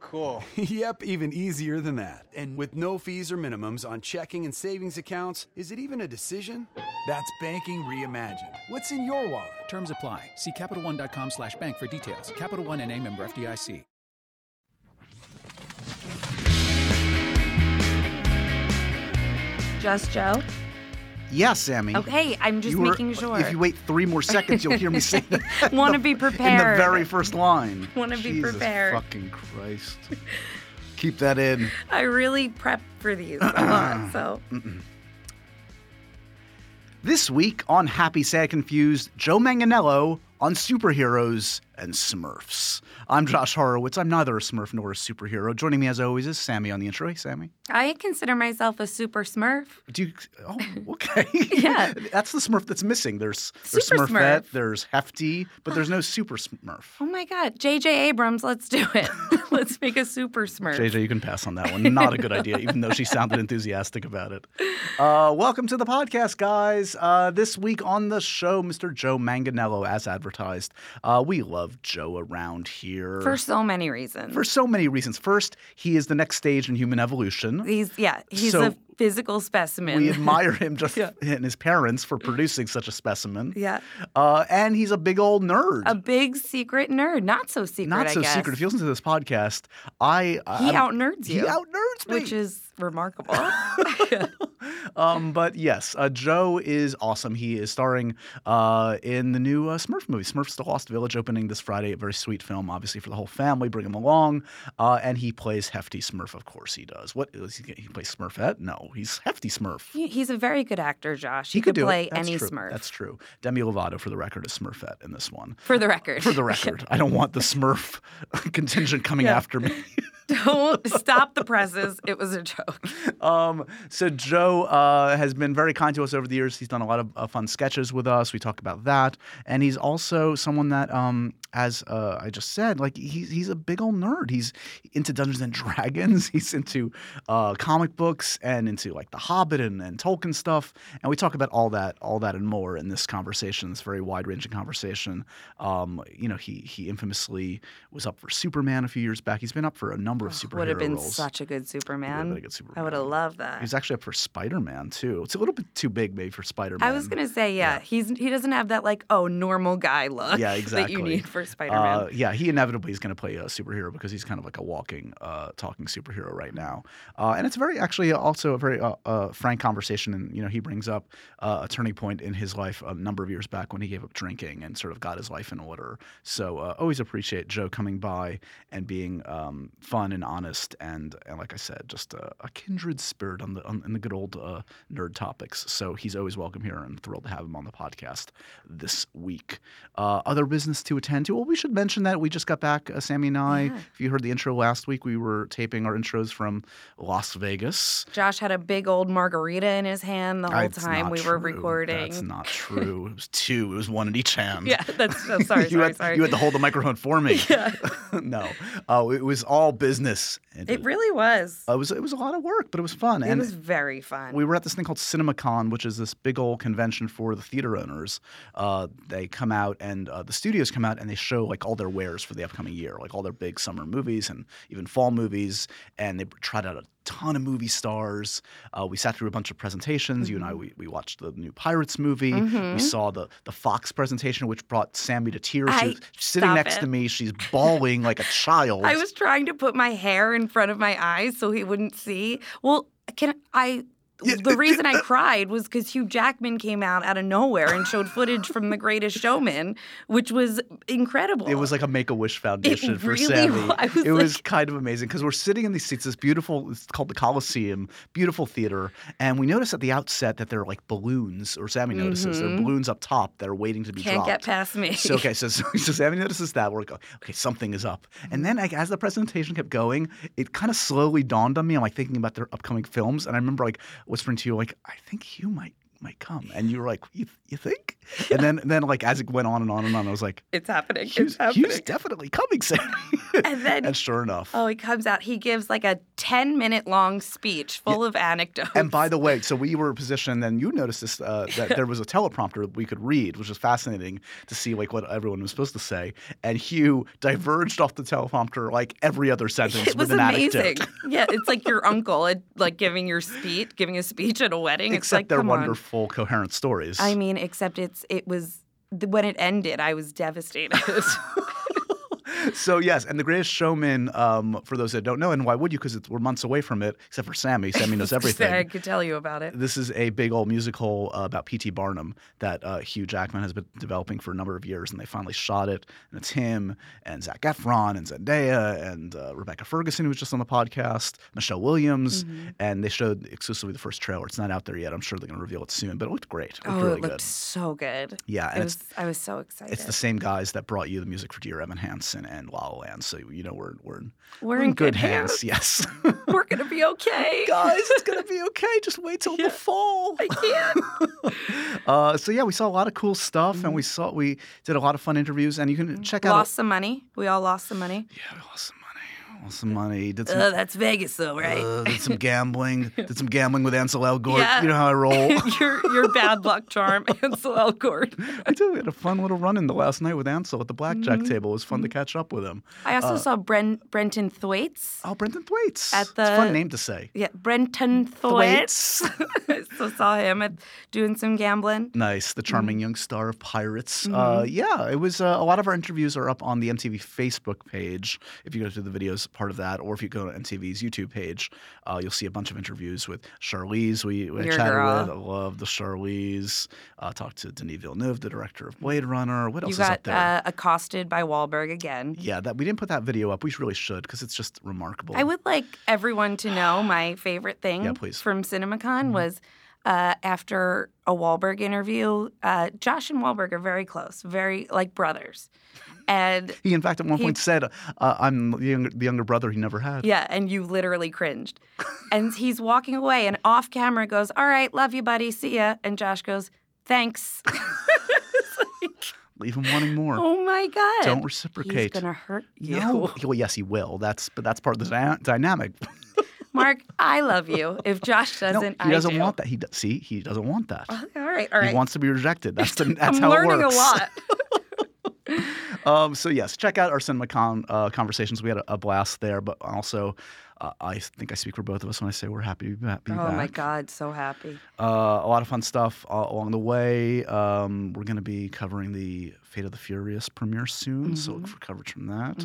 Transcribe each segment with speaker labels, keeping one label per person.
Speaker 1: Cool.
Speaker 2: yep, even easier than that. And with no fees or minimums on checking and savings accounts, is it even a decision? That's banking reimagined. What's in your wallet?
Speaker 3: Terms apply. See CapitalOne.com slash bank for details. Capital One and a member FDIC.
Speaker 4: Just Joe?
Speaker 1: Yeah, Sammy.
Speaker 4: Okay, I'm just
Speaker 1: You were-
Speaker 4: making sure.
Speaker 1: If you wait three more seconds, you'll hear me say that.
Speaker 4: Wanna
Speaker 1: in
Speaker 4: be
Speaker 1: the- In the
Speaker 4: prepared.
Speaker 1: very first line.
Speaker 4: Wanna be
Speaker 1: Jesus
Speaker 4: prepared.
Speaker 1: Fucking Christ. Keep that in.
Speaker 4: I really prepped for these a lot, so.
Speaker 1: This week on Happy, Sad, Confused, Joe Manganello on superheroes and Smurfs. I'm Josh Horowitz. I'm neither a Smurf nor a superhero. Joining me, as always, is Sammy on the intro. Hey, Sammy.
Speaker 4: I consider myself a super smurf.
Speaker 1: Do you? Oh, okay.
Speaker 4: Yeah.
Speaker 1: that's the Smurf that's missing. There's, there's
Speaker 4: Super
Speaker 1: Smurfette,
Speaker 4: Smurf.
Speaker 1: there's Hefty, but there's no Super Smurf.
Speaker 4: Oh my God. JJ Abrams, let's do it. let's make a super smurf.
Speaker 1: JJ, you can pass on that one. Not a good idea, even though she sounded enthusiastic about it. Uh, welcome to the podcast, guys. Uh, this week on the show, Mr. Joe Manganello, as advertised. Uh, we love Joe around here
Speaker 4: For so many reasons.
Speaker 1: for so many reasons. First, he is the next stage in human evolution.
Speaker 4: He's, yeah, he's
Speaker 1: So
Speaker 4: a physical specimen.
Speaker 1: We admire him just and his parents for producing such a specimen.
Speaker 4: yeah.
Speaker 1: Uh, and he's a big old nerd.
Speaker 4: A big secret nerd. Not so secret,
Speaker 1: Not
Speaker 4: I
Speaker 1: so
Speaker 4: guess.
Speaker 1: secret. If you listen to this podcast, I
Speaker 4: He
Speaker 1: I'm-
Speaker 4: outnerds
Speaker 1: he
Speaker 4: you.
Speaker 1: outnerds me,
Speaker 4: Which is remarkable.
Speaker 1: um, but yes, uh, Joe is awesome. He is starring uh, in the new uh, Smurf movie, Smurfs: The Lost Village, opening this Friday. A very sweet film, obviously for the whole family. Bring him along, uh, and he plays Hefty Smurf. Of course, he does. What is he? He plays Smurfette? No, he's Hefty Smurf.
Speaker 4: He- he's a very good actor, Josh. He,
Speaker 1: He could do it.
Speaker 4: play
Speaker 1: That's
Speaker 4: any
Speaker 1: true.
Speaker 4: smurf.
Speaker 1: That's true. Demi Lovato, for the record, is Smurfette in this one.
Speaker 4: for the record.
Speaker 1: For the record, I don't want the Smurf contingent coming after me.
Speaker 4: Don't stop the presses. It was a joke.
Speaker 1: Um, so Joe uh, has been very kind to us over the years. He's done a lot of uh, fun sketches with us. We talk about that, and he's also someone that, um, as uh, I just said, like he's he's a big old nerd. He's into Dungeons and Dragons. He's into uh, comic books and into like The Hobbit and, and Tolkien stuff. And we talk about all that, all that, and more in this conversation. This very wide ranging conversation. Um, you know, he he infamously was up for Superman a few years back. He's been up for a number of superhero
Speaker 4: Would have been
Speaker 1: roles.
Speaker 4: such a good Superman.
Speaker 1: been a good
Speaker 4: I would have
Speaker 1: Superman.
Speaker 4: loved that.
Speaker 1: He's actually up for Spider Man too. It's a little bit too big, maybe for Spider Man.
Speaker 4: I was gonna say, yeah, he's he doesn't have that like oh normal guy look
Speaker 1: Yeah,
Speaker 4: that
Speaker 1: exactly.
Speaker 4: you need for Spider Man.
Speaker 1: Uh, yeah, he inevitably is going to play a superhero because he's kind of like a walking, uh, talking superhero right now. Uh, and it's very, actually, also a very uh, uh, frank conversation. And you know, he brings up uh, a turning point in his life a number of years back when he gave up drinking and sort of got his life in order. So uh, always appreciate Joe coming by and being um, fun and honest and, and like I said, just a, a kindred spirit on the on, in the good old uh, nerd topics. So he's always welcome here and thrilled to have him on the podcast this week. Uh, other business to attend to. Well, we should mention that we just got back, uh, Sammy and I. If you heard the intro last week, we were taping our intros from Las Vegas.
Speaker 4: Josh had a big old margarita in his hand the whole
Speaker 1: That's
Speaker 4: time
Speaker 1: not
Speaker 4: we were
Speaker 1: true.
Speaker 4: recording.
Speaker 1: That's not true. It was two. It was one in each hand.
Speaker 4: yeah, that's oh, sorry,
Speaker 1: you,
Speaker 4: sorry,
Speaker 1: had,
Speaker 4: sorry.
Speaker 1: you had to hold the microphone for me. no, oh, it was all business. It,
Speaker 4: it really was.
Speaker 1: Uh, it was it was a lot of work, but it was fun.
Speaker 4: it
Speaker 1: Oh, and
Speaker 4: was very fun.
Speaker 1: we were at this thing called CinemaCon, which is this big old convention for the theater owners. Uh, they come out and uh, the studios come out and they show like all their wares for the upcoming year, like all their big summer movies and even fall movies. And they tried out a ton of movie stars. Uh, we sat through a bunch of presentations. You and
Speaker 4: Mm-hmm.
Speaker 1: I, we, we watched the new Pirates movie. We saw the the Fox presentation, which brought Sammy to tears.
Speaker 4: I-
Speaker 1: she was sitting
Speaker 4: stop
Speaker 1: next
Speaker 4: it.
Speaker 1: to me. She's bawling like a child.
Speaker 4: I was trying to put my hair in front of my eyes so he wouldn't see. Well, can I? the reason I cried was because Hugh Jackman came out out of nowhere and showed footage from The Greatest Showman, which was incredible.
Speaker 1: It was like a Make a Wish Foundation for
Speaker 4: really
Speaker 1: Sammy.
Speaker 4: wa- I was
Speaker 1: it was
Speaker 4: like-
Speaker 1: kind of amazing because we're sitting in these seats. This beautiful, it's called the Coliseum, beautiful theater, and we notice at the outset that there are like balloons, or Sammy notices there are balloons up top that are waiting to be
Speaker 4: Mm-hmm. can't
Speaker 1: dropped.
Speaker 4: get past me.
Speaker 1: So okay, so, so so Sammy notices that we're like, "Oh, okay, something is up. And then like, as the presentation kept going, it kind of slowly dawned on me. I'm like thinking about their upcoming films, and I remember like whispering to you, like, I think Hugh might might come. And you were like, you, you think? And then, then like as it went on and on and on, I was like,
Speaker 4: It's happening.
Speaker 1: Hugh's,
Speaker 4: it's happening.
Speaker 1: Hugh's definitely coming, Sammy.
Speaker 4: and then
Speaker 1: and sure enough.
Speaker 4: Oh, he comes out. He gives like a 10 minute long speech full of anecdotes.
Speaker 1: And by the way, so we were positioned, and you noticed this uh, that there was a teleprompter we could read, which was fascinating to see like what everyone was supposed to say. And Hugh diverged off the teleprompter like every other sentence
Speaker 4: it was
Speaker 1: with an
Speaker 4: amazing.
Speaker 1: anecdote.
Speaker 4: yeah, it's like your uncle at, like giving your speech, giving a speech at a wedding. it's
Speaker 1: Except
Speaker 4: like
Speaker 1: their
Speaker 4: come on.
Speaker 1: wonderful, coherent stories.
Speaker 4: I mean, except it's it was th- when it ended, I was devastated.
Speaker 1: so yes, and the Greatest Showman, um, for those that don't know, and why would you? Because we're months away from it. Except for Sammy, Sammy knows everything.
Speaker 4: I could tell you about it.
Speaker 1: This is a big old musical uh, about P.T. Barnum that uh, Hugh Jackman has been developing for a number of years, and they finally shot it. And it's him and Zach Efron and Zendaya and uh, Rebecca Ferguson, who was just on the podcast, Michelle Williams,
Speaker 4: Mm-hmm.
Speaker 1: and they showed exclusively the first trailer. It's not out there yet. I'm sure they're going to reveal it soon, but it looked great. It looked
Speaker 4: oh,
Speaker 1: really
Speaker 4: it looked
Speaker 1: good.
Speaker 4: so good.
Speaker 1: Yeah,
Speaker 4: it
Speaker 1: and
Speaker 4: was,
Speaker 1: it's
Speaker 4: I was so excited.
Speaker 1: it's the same guys that brought you the music for Dear Evan Hansen and La La Land, so you know we're we're in,
Speaker 4: We're in good hands.
Speaker 1: Yes,
Speaker 4: We're gonna be okay.
Speaker 1: guys, it's gonna be okay. Just wait till the fall.
Speaker 4: I can't.
Speaker 1: Uh, so yeah, we saw a lot of cool stuff, and we saw we did a lot of fun interviews, and you can check out.
Speaker 4: Mm-hmm. lost some money. We all lost some money.
Speaker 1: yeah, we lost some money. Lost some money. Did some.
Speaker 4: Uh, that's Vegas, though, right?
Speaker 1: uh, did some gambling. Did some gambling with Ansel Elgort.
Speaker 4: Yeah.
Speaker 1: You know how I roll.
Speaker 4: your your bad luck charm, Ansel Elgort.
Speaker 1: I did. We had a fun little run in the last night with Ansel at the blackjack
Speaker 4: Mm-hmm.
Speaker 1: table. It was fun to catch up with him.
Speaker 4: I also saw Bren, Brenton Thwaites.
Speaker 1: Oh, Brendan Thwaites.
Speaker 4: At
Speaker 1: It's a fun
Speaker 4: the-
Speaker 1: name to say.
Speaker 4: Yeah, Brenton Thwaites. so saw him at doing some gambling.
Speaker 1: Nice, the charming
Speaker 4: Mm-hmm.
Speaker 1: young star of Pirates. Uh, yeah, it was. Uh, a lot of our interviews are up on the MTV Facebook page. If you go to the videos part of that, or if you go to MTV's YouTube page, uh, you'll see a bunch of interviews with Charlize. We, we
Speaker 4: Your
Speaker 1: chatted
Speaker 4: girl.
Speaker 1: with. I love the Charlize. Uh, talked to Denis Villeneuve, the director of Blade Runner. What else
Speaker 4: you
Speaker 1: is
Speaker 4: got
Speaker 1: up there?
Speaker 4: uh, accosted by Wahlberg again.
Speaker 1: yeah, that we didn't put that video up. We really should because it's just remarkable.
Speaker 4: I would like everyone to know my favorite thing
Speaker 1: Yeah, please. Mm-hmm.
Speaker 4: from CinemaCon was uh, after a Wahlberg interview. Uh, Josh and Wahlberg are very close, very like brothers, and
Speaker 1: He, in fact, at one
Speaker 4: He-
Speaker 1: point said, uh, "I'm the younger, the younger brother he never had."
Speaker 4: Yeah, and you literally cringed. And he's walking away, and off camera goes, All right, love you, buddy. See ya. And Josh goes, Thanks. It's like,
Speaker 1: Leave him wanting more.
Speaker 4: oh my God.
Speaker 1: Don't reciprocate.
Speaker 4: He's going to hurt you.
Speaker 1: No. Well, yes, he will. That's but that's part of the dy- dynamic.
Speaker 4: Mark, I love you. If Josh
Speaker 1: No,
Speaker 4: doesn't, I
Speaker 1: he doesn't
Speaker 4: do.
Speaker 1: want that. He do- see, he doesn't want that.
Speaker 4: All right, all right.
Speaker 1: He wants to be rejected. That's the, that's
Speaker 4: I'm
Speaker 1: how
Speaker 4: learning
Speaker 1: it works.
Speaker 4: a lot.
Speaker 1: Um, so yes, check out our CinemaCon uh, conversations. We had a, a blast there, but also. Uh, I think I speak for both of us when I say we're happy to be back. be
Speaker 4: oh my
Speaker 1: back.
Speaker 4: God, so happy.
Speaker 1: Uh, a lot of fun stuff uh, along the way. Um, we're going to be covering the Fate of the Furious premiere soon, so
Speaker 4: Mm-hmm.
Speaker 1: look for coverage from that.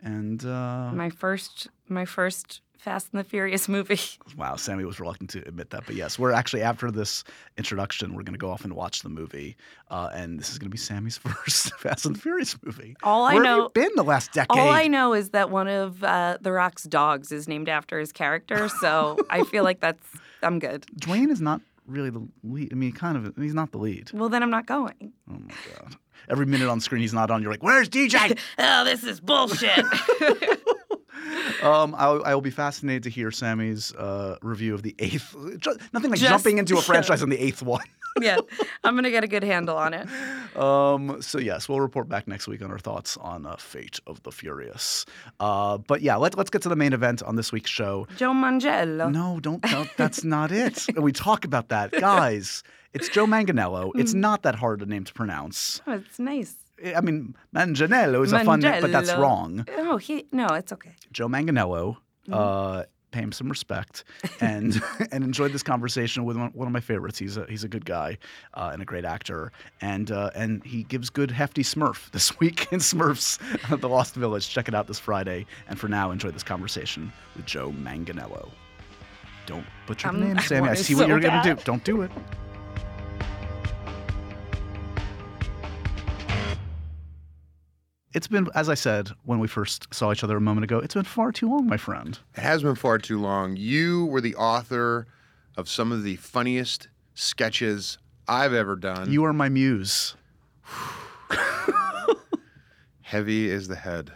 Speaker 1: And uh,
Speaker 4: My first, my first Fast and the Furious movie.
Speaker 1: Wow, Sammy was reluctant to admit that, but yes, we're actually after this introduction, we're going to go off and watch the movie, uh, and this is going to be Sammy's first Fast and the Furious movie.
Speaker 4: All I
Speaker 1: Where
Speaker 4: know-
Speaker 1: have you been the last decade?
Speaker 4: All I know is that one of uh, The Rock's dogs is named after his character, so I feel like that's I'm good.
Speaker 1: Dwayne is not really the lead. I mean, kind of, he's not the lead.
Speaker 4: Well, then I'm not going.
Speaker 1: Oh my god! Every minute on screen he's not on, you're like, "Where's DJ?"
Speaker 4: Oh, this is bullshit.
Speaker 1: um, I, I will be fascinated to hear Sammy's uh, review of the eighth. ju- Nothing like
Speaker 4: Just-
Speaker 1: jumping into a
Speaker 4: yeah.
Speaker 1: franchise on the eighth one.
Speaker 4: yeah, I'm gonna get a good handle on it.
Speaker 1: Um, so yes, we'll report back next week on our thoughts on uh, Fate of the Furious. Uh, but yeah, let, let's get to the main event on this week's show.
Speaker 4: Joe Mangello.
Speaker 1: No, don't. No, that's not it. And we talk about that, guys. It's Joe Manganello. It's not that hard a name to pronounce.
Speaker 4: Oh, it's nice.
Speaker 1: I I mean, Manganello is a fun name, but that's
Speaker 4: Mangello.
Speaker 1: wrong.
Speaker 4: Oh, he. No, it's okay.
Speaker 1: Joe Manganello. Uh, pay him some respect and and enjoy this conversation with one, one of my favorites. He's a he's a good guy uh, and a great actor, and uh, and he gives good hefty Smurf this week in Smurfs: The Lost Village. Check it out this Friday. And for now, enjoy this conversation with Joe Manganello. Don't butcher
Speaker 4: I'm-
Speaker 1: the name,
Speaker 4: I
Speaker 1: Sammy. I
Speaker 4: want it
Speaker 1: see what
Speaker 4: so
Speaker 1: you're gonna
Speaker 4: bad.
Speaker 1: do. Don't do it. It's been, as I said when we first saw each other a moment ago, it's been far too long, my friend.
Speaker 5: It has been far too long. You were the author of some of the funniest sketches I've ever done.
Speaker 1: You are my muse.
Speaker 5: Heavy is the head.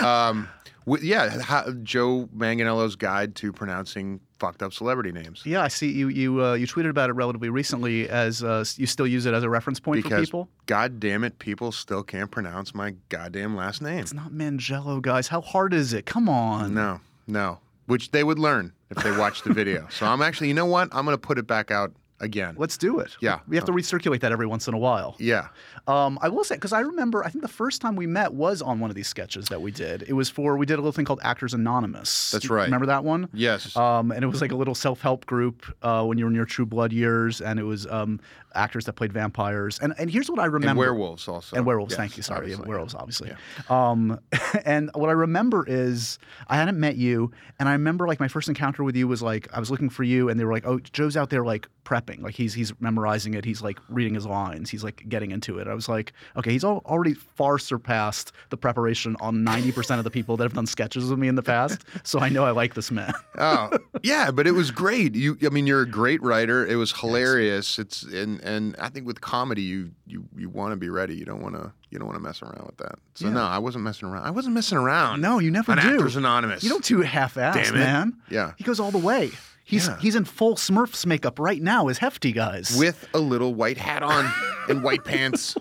Speaker 5: um, wi- yeah, how, Joe Manganello's guide to pronouncing fucked up celebrity names.
Speaker 1: Yeah, I see you you uh, you tweeted about it relatively recently. As uh, you still use it as a reference point for
Speaker 5: Because
Speaker 1: people.
Speaker 5: god damn it, people still can't pronounce my goddamn last name.
Speaker 1: It's not Mangello, guys. How hard is it? Come on.
Speaker 5: No, no. Which they would learn if they watched the video. so I'm actually, you know what? I'm going to put it back out again.
Speaker 1: Let's do it.
Speaker 5: Yeah. Oh.
Speaker 1: We have to recirculate that every once in a while.
Speaker 5: Yeah.
Speaker 1: Um, I will say, because I remember, I think the first time we met was on one of these sketches that we did. It was for, we did a little thing called Actors Anonymous.
Speaker 5: That's
Speaker 1: You
Speaker 5: right.
Speaker 1: Remember that one?
Speaker 5: Yes.
Speaker 1: Um, and it was like a little self help group uh, when you were in your True Blood years, and it was um, actors that played vampires. And, and here's what I remember.
Speaker 5: and werewolves also.
Speaker 1: And werewolves,
Speaker 5: Oh, Yes,
Speaker 1: thank you. Sorry, Yeah,
Speaker 5: obviously.
Speaker 1: werewolves, obviously. Um, and what I remember is I hadn't met you, and I remember like my first encounter with you was like I was looking for you, and they were like, "Oh, Joe's out there like prepping, like he's he's memorizing it, he's like reading his lines, he's like getting into it." I was like, "Okay, he's al- already far surpassed the preparation on ninety percent of the people that have done sketches with me in the past, so I know I like this man."
Speaker 5: oh yeah but it was great you i mean you're a great writer it was hilarious it's and and i think with comedy you you you want to be ready you don't want to you don't want to mess around with that so no i wasn't messing around i wasn't messing around
Speaker 1: No, you never
Speaker 5: on
Speaker 1: do.
Speaker 5: actors anonymous
Speaker 1: You don't do half-ass,
Speaker 5: Damn it.
Speaker 1: man.
Speaker 5: Yeah.
Speaker 1: he goes all the way. He's
Speaker 5: Yeah.
Speaker 1: he's in full Smurfs makeup right now, as hefty guys.
Speaker 5: with a little white hat on and white pants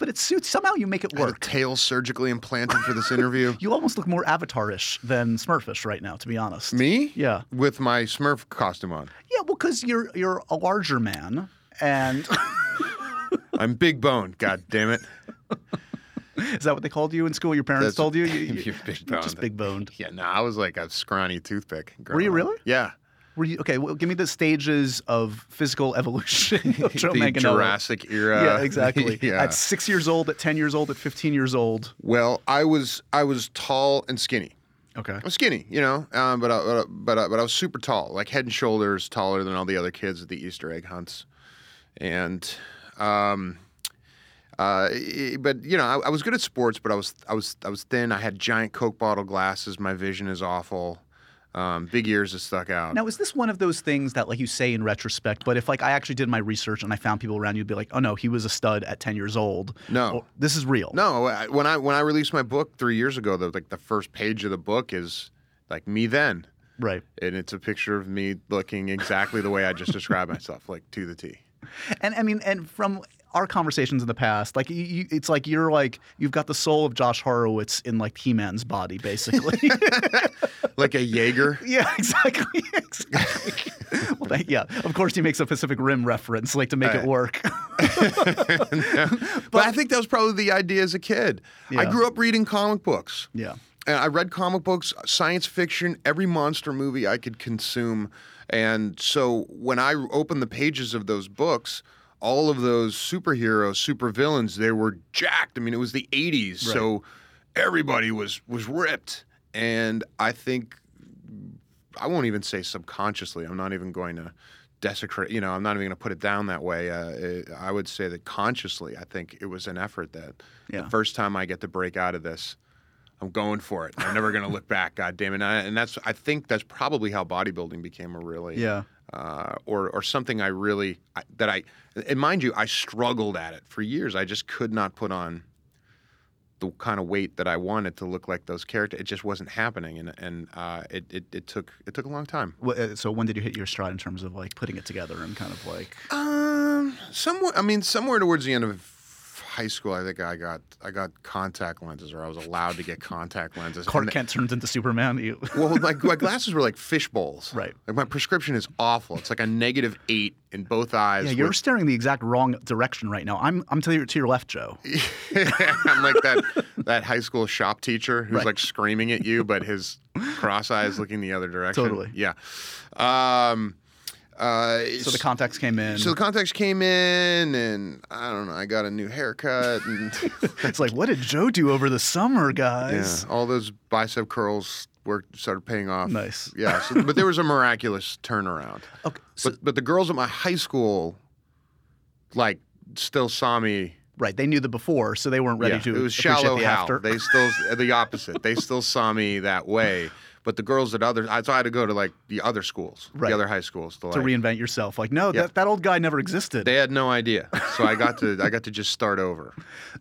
Speaker 1: but it suits somehow you make it
Speaker 5: I had a
Speaker 1: work.
Speaker 5: tail surgically implanted for this interview
Speaker 1: You almost look more Avatar-ish than Smurfish right now, to be honest.
Speaker 5: me
Speaker 1: Yeah.
Speaker 5: with my smurf costume on
Speaker 1: Yeah, well, because you're you're a larger man, and
Speaker 5: i'm big boned god damn it
Speaker 1: is that what they called you in school? Your parents
Speaker 5: That's-
Speaker 1: told you, you,
Speaker 5: You're big boned.
Speaker 1: just big boned.
Speaker 5: yeah no i was like a scrawny toothpick
Speaker 1: Were you
Speaker 5: growing up.
Speaker 1: really?
Speaker 5: yeah
Speaker 1: Were you okay? Well, give me the stages of physical evolution of Joe
Speaker 5: the
Speaker 1: Manganiello.
Speaker 5: Jurassic era.
Speaker 1: yeah, exactly.
Speaker 5: yeah.
Speaker 1: At six years old, at ten years old, at fifteen years old.
Speaker 5: well, I was I was tall and skinny.
Speaker 1: Okay.
Speaker 5: I'm skinny, you know, um, but I, but I, but I, but I was super tall, like head and shoulders taller than all the other kids at the Easter egg hunts, and um, uh, i- but you know, I, I was good at sports, but I was I was I was thin. I had giant Coke bottle glasses. My vision is awful. Um, big ears that stuck out.
Speaker 1: Now, is this one of those things that, like, you say in retrospect, but if, like, I actually did my research and I found people around, you'd be like, oh no, he was a stud at 10 years old.
Speaker 5: No.
Speaker 1: Or, this is real.
Speaker 5: No, I- when I when I released my book three years ago, the, like the first page of the book is like me then.
Speaker 1: Right.
Speaker 5: and it's a picture of me looking exactly the way I just described myself, like to the T.
Speaker 1: And I mean, and from our conversations in the past, like, you, you, it's like you're like, you've got the soul of Josh Horowitz in, like, He Man's body, basically.
Speaker 5: Like a Jaeger.
Speaker 1: yeah, exactly. exactly. well, thank, yeah. Of course, he makes a Pacific Rim reference, like, to make it
Speaker 5: Right.
Speaker 1: work.
Speaker 5: But, I think that was probably the idea as a kid. I
Speaker 1: Yeah.
Speaker 5: grew up reading comic books.
Speaker 1: yeah.
Speaker 5: And I read comic books, science fiction, every monster movie I could consume. And so when I opened the pages of those books, all of those superheroes, supervillains, they were jacked. I mean, it was the 80s, so everybody was was ripped. And I think I won't even say subconsciously. I'm not even going to desecrate. You know, I'm not even going to put it down that way. Uh, it, I would say that consciously, I think it was an effort that
Speaker 1: Yeah.
Speaker 5: the first time I get to break out of this, I'm going for it. I'm never going to look back. God damn it! And, I, and that's I think that's probably how bodybuilding became a really
Speaker 1: Yeah.
Speaker 5: uh, or or something I really I, that I and mind you, I struggled at it for years. I just could not put on the kind of weight that I wanted to look like those characters. It just wasn't happening, and and uh, it, it it took it took a long time.
Speaker 1: Wh- uh, So when did you hit your stride in terms of, like, putting it together and kind of, like,
Speaker 5: Um, somewhere. I mean, somewhere towards the end of high school, I think I got I got contact lenses, or I was allowed to get contact lenses.
Speaker 1: Clark
Speaker 5: And-
Speaker 1: Kent turns into Superman? You.
Speaker 5: Well, my, my glasses were like fish bowls.
Speaker 1: Right.
Speaker 5: Like my prescription is awful. It's like a negative eight in both eyes.
Speaker 1: Yeah, you're
Speaker 5: with-
Speaker 1: staring the exact wrong direction right now. I'm I'm to your to your left, Joe.
Speaker 5: I'm like that that high school shop teacher who's
Speaker 1: Right.
Speaker 5: like screaming at you, but his cross eye is looking the other direction.
Speaker 1: Totally.
Speaker 5: Yeah. Um, uh,
Speaker 1: So the contacts came in.
Speaker 5: so the contacts came in, and I don't know. I got a new haircut, and
Speaker 1: it's like, what did Joe do over the summer,
Speaker 5: yeah,
Speaker 1: guys?
Speaker 5: all those bicep curls were started paying off.
Speaker 1: Nice.
Speaker 5: Yeah. So, but there was a miraculous turnaround.
Speaker 1: Okay, so,
Speaker 5: but but the girls at my high school, like, still saw me
Speaker 1: right, they knew the before, so they weren't ready
Speaker 5: Yeah,
Speaker 1: to.
Speaker 5: It was
Speaker 1: appreciate
Speaker 5: shallow
Speaker 1: the
Speaker 5: how
Speaker 1: after.
Speaker 5: they still the opposite. They still saw me that way, But the girls at other, I, so I had to go to like the other schools,
Speaker 1: Right.
Speaker 5: the other high schools to,
Speaker 1: to
Speaker 5: like-
Speaker 1: reinvent yourself. Like, no, that, that old guy never existed.
Speaker 5: They had no idea, so I got to I got to just start over.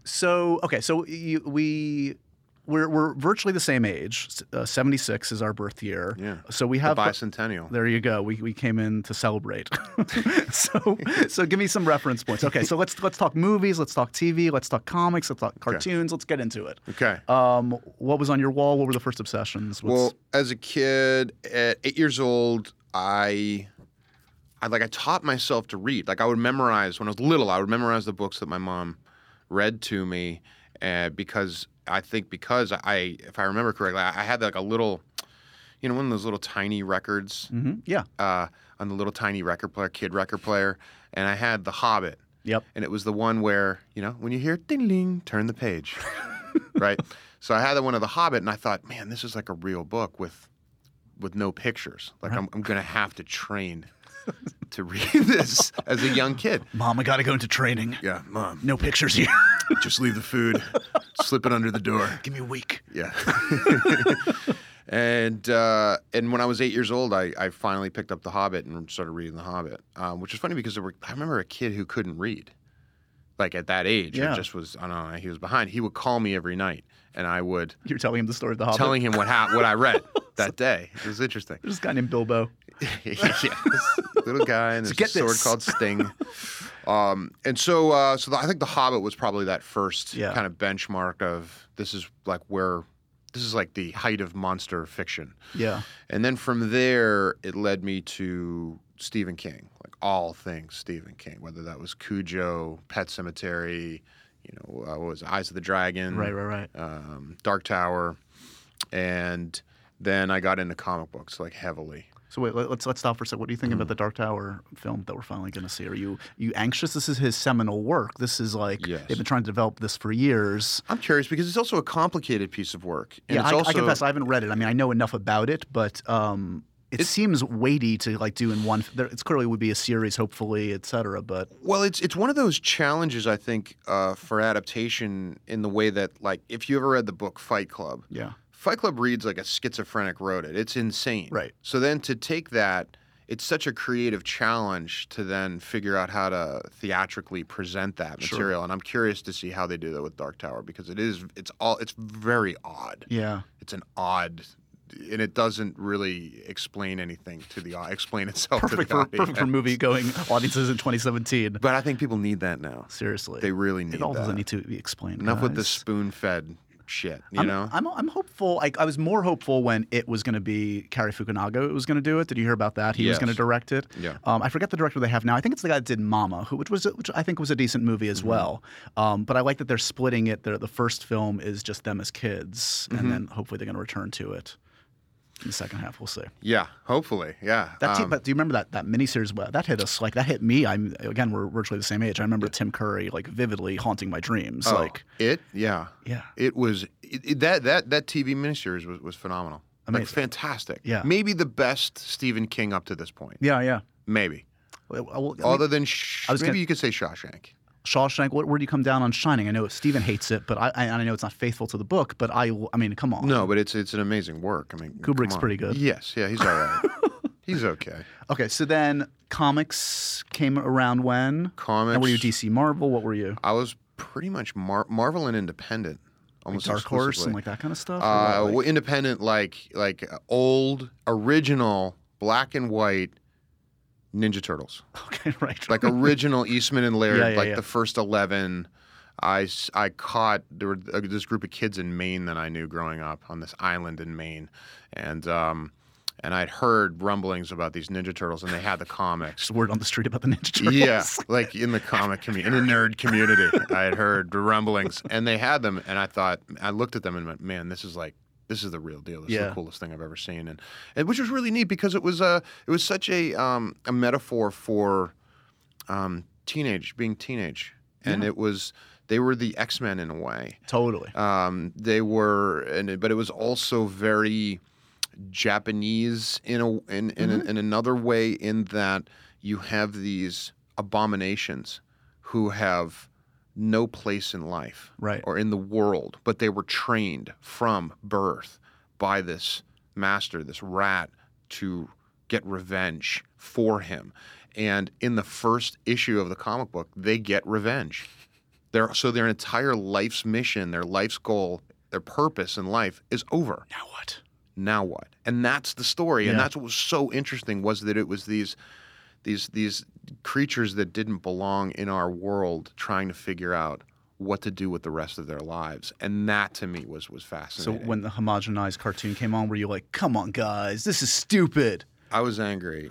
Speaker 1: so okay, so you, we we're we're virtually the same age. S- Uh, Seventy six is our birth year.
Speaker 5: Yeah.
Speaker 1: So we
Speaker 5: The
Speaker 1: have
Speaker 5: bicentennial.
Speaker 1: There you go. We, we came in to celebrate. so so give me some reference points. Okay, so let's let's talk movies. Let's talk TV. Let's talk comics. Let's talk cartoons. Let's get into it.
Speaker 5: Okay.
Speaker 1: Um, what was on your wall? What were the first obsessions? What's-
Speaker 5: Well, as a kid, at eight years old, I, I like I taught myself to read. Like I would memorize when I was little. I would memorize the books that my mom read to me, uh, because I think because I, if I remember correctly, I, I had like a little, you know, one of those little tiny records
Speaker 1: Mhm. yeah.
Speaker 5: uh, on the little tiny record player, kid record player, and I had The Hobbit.
Speaker 1: Yep.
Speaker 5: And it was the one where, you know, when you hear ding ding, turn the page. right? So I had the one of The Hobbit and I thought, man, this is like a real book with with no pictures. Like I'm, I'm gonna have to train to read this as a young kid.
Speaker 1: Mom, I got to go into training.
Speaker 5: Yeah, mom,
Speaker 1: No pictures here.
Speaker 5: just leave the food. Slip it under the door.
Speaker 1: give me a week.
Speaker 5: Yeah. and uh, and when I was eight years old, I, I finally picked up The Hobbit and started reading The Hobbit, um, which is funny because there were, I remember a kid who couldn't read, like at that age.
Speaker 1: Yeah.
Speaker 5: It just was, I don't know, he was behind. He would call me every night, and I would
Speaker 1: You're telling him the story of the Hobbit.
Speaker 5: telling him what ha- what I read that day. It was interesting.
Speaker 1: There's this guy named Bilbo.
Speaker 5: yeah, this little guy and
Speaker 1: So
Speaker 5: there's a
Speaker 1: get
Speaker 5: sword
Speaker 1: this.
Speaker 5: called Sting. Um, and so, uh, so the, I think The Hobbit was probably that first
Speaker 1: Yeah.
Speaker 5: kind of benchmark of this is like where this is like the height of monster fiction.
Speaker 1: Yeah.
Speaker 5: And then from there, it led me to Stephen King, like all things Stephen King, whether that was Cujo, Pet Cemetery, you know, uh, what was it, Eyes of the Dragon,
Speaker 1: Right, right, right.
Speaker 5: um, Dark Tower, and then I got into comic books like heavily.
Speaker 1: So wait, let- let's let's stop for a second. What do you think
Speaker 5: Hmm.
Speaker 1: about the Dark Tower film that we're finally going to see? Are you you anxious? This is his seminal work. This is like
Speaker 5: Yes.
Speaker 1: they've been trying to develop this for years.
Speaker 5: I'm curious because it's also a complicated piece of work. And
Speaker 1: yeah,
Speaker 5: it's
Speaker 1: I,
Speaker 5: also,
Speaker 1: I confess I haven't read it. I mean, I know enough about it, but um, it, seems weighty to like do in one. There, it's clearly would be a series, hopefully, et cetera. But
Speaker 5: Well, it's it's one of those challenges I think uh, for adaptation in the way that like if you ever read the book Fight Club,
Speaker 1: yeah,
Speaker 5: Fight Club reads like a schizophrenic wrote it. It's insane.
Speaker 1: Right.
Speaker 5: So then to take that, it's such a creative challenge to then figure out how to theatrically present that material. And I'm curious to see how they do that with Dark Tower because it is it's all it's very odd.
Speaker 1: yeah,
Speaker 5: It's an odd and it doesn't really explain anything to the au- explain itself
Speaker 1: perfect
Speaker 5: to the
Speaker 1: for
Speaker 5: audience.
Speaker 1: perfect for movie going audiences in 2017.
Speaker 5: But I think people need that now.
Speaker 1: Seriously,
Speaker 5: They really need
Speaker 1: it all
Speaker 5: that.
Speaker 1: doesn't need to be explained.
Speaker 5: Enough with the
Speaker 1: guys.
Speaker 5: spoon-fed shit, you
Speaker 1: I'm,
Speaker 5: know.
Speaker 1: I'm, I'm hopeful. I, I was more hopeful when it was going to be Cary Fukunaga. It was going to do it. Did you hear about that? He was
Speaker 5: Yes.
Speaker 1: going to direct it.
Speaker 5: Yeah.
Speaker 1: Um, I forget the director they have now. I think it's the guy that did Mama, who, which was which I think was a decent movie
Speaker 5: Mm-hmm.
Speaker 1: as well. Um, but I like that they're splitting it. They're, the first film is just them as kids,
Speaker 5: Mm-hmm.
Speaker 1: and then hopefully they're going to return to it in the second half. We'll see.
Speaker 5: yeah, hopefully, yeah.
Speaker 1: That t-
Speaker 5: Um,
Speaker 1: but do you remember that that miniseries? Well, That hit us like that hit me. I'm again we're virtually the same age. I remember Tim Curry like vividly haunting my dreams.
Speaker 5: oh,
Speaker 1: Like
Speaker 5: it, yeah,
Speaker 1: yeah.
Speaker 5: It was it, it- that that that TV miniseries was was phenomenal, like
Speaker 1: Amazing.
Speaker 5: fantastic.
Speaker 1: Yeah.
Speaker 5: maybe the best Stephen King up to this point.
Speaker 1: Yeah, yeah.
Speaker 5: Maybe
Speaker 1: Well, I will- I mean-
Speaker 5: other than sh-
Speaker 1: I was
Speaker 5: maybe
Speaker 1: gonna-
Speaker 5: you could say Shawshank.
Speaker 1: Shawshank. What, where do you come down on Shining? I know Steven hates it, but I and I know it's not faithful to the book. But I, I mean, come on.
Speaker 5: No, but it's it's an amazing work. I mean, come
Speaker 1: Kubrick's
Speaker 5: on.
Speaker 1: pretty good.
Speaker 5: Yes, yeah, he's all right. he's okay.
Speaker 1: Okay, so then comics came around when.
Speaker 5: Comics.
Speaker 1: And were you DC Marvel? What were you?
Speaker 5: I was pretty much Mar- Marvel and independent, almost
Speaker 1: Dark Horse and
Speaker 5: exclusively.
Speaker 1: like that kind of stuff. Or
Speaker 5: Uh,
Speaker 1: what, like-
Speaker 5: well, independent, like like uh, old, original, black and white Ninja Turtles,
Speaker 1: okay, right.
Speaker 5: like original Eastman and Laird,
Speaker 1: Yeah, yeah,
Speaker 5: like
Speaker 1: yeah.
Speaker 5: the first eleven. I, s- I caught there were uh, this group of kids in Maine that I knew growing up on this island in Maine, and um, and I'd heard rumblings about these Ninja Turtles, and they had the comics.
Speaker 1: Just word on the street about the Ninja Turtles.
Speaker 5: Yeah, like in the comic community, in the nerd community, I had heard rumblings, and they had them, and I thought, I looked at them and went, "Man, this is like, this is the real deal. This is
Speaker 1: Yeah.
Speaker 5: the coolest thing I've ever seen," and, and which was really neat because it was a, it was such a, um, a metaphor for, um, teenage being teenage, and it was they were the X Men in a way.
Speaker 1: Totally.
Speaker 5: Um, they were, and it- but it was also very Japanese in a in in, a- in another way in that you have these abominations who have no place in life
Speaker 1: Right.
Speaker 5: or in the world, but they were trained from birth by this master, this rat, to get revenge for him. And in the first issue of the comic book, they get revenge. Their, so their entire life's mission, their life's goal, their purpose in life is over.
Speaker 1: Now what?
Speaker 5: Now what? And that's the story. And
Speaker 1: Yeah.
Speaker 5: that's what was so interesting was that it was these these these creatures that didn't belong in our world trying to figure out what to do with the rest of their lives. And that to me was was
Speaker 1: So
Speaker 5: fascinating.
Speaker 1: when the homogenized cartoon came on, were you like, "Come on, guys, this is stupid"?
Speaker 5: I was angry.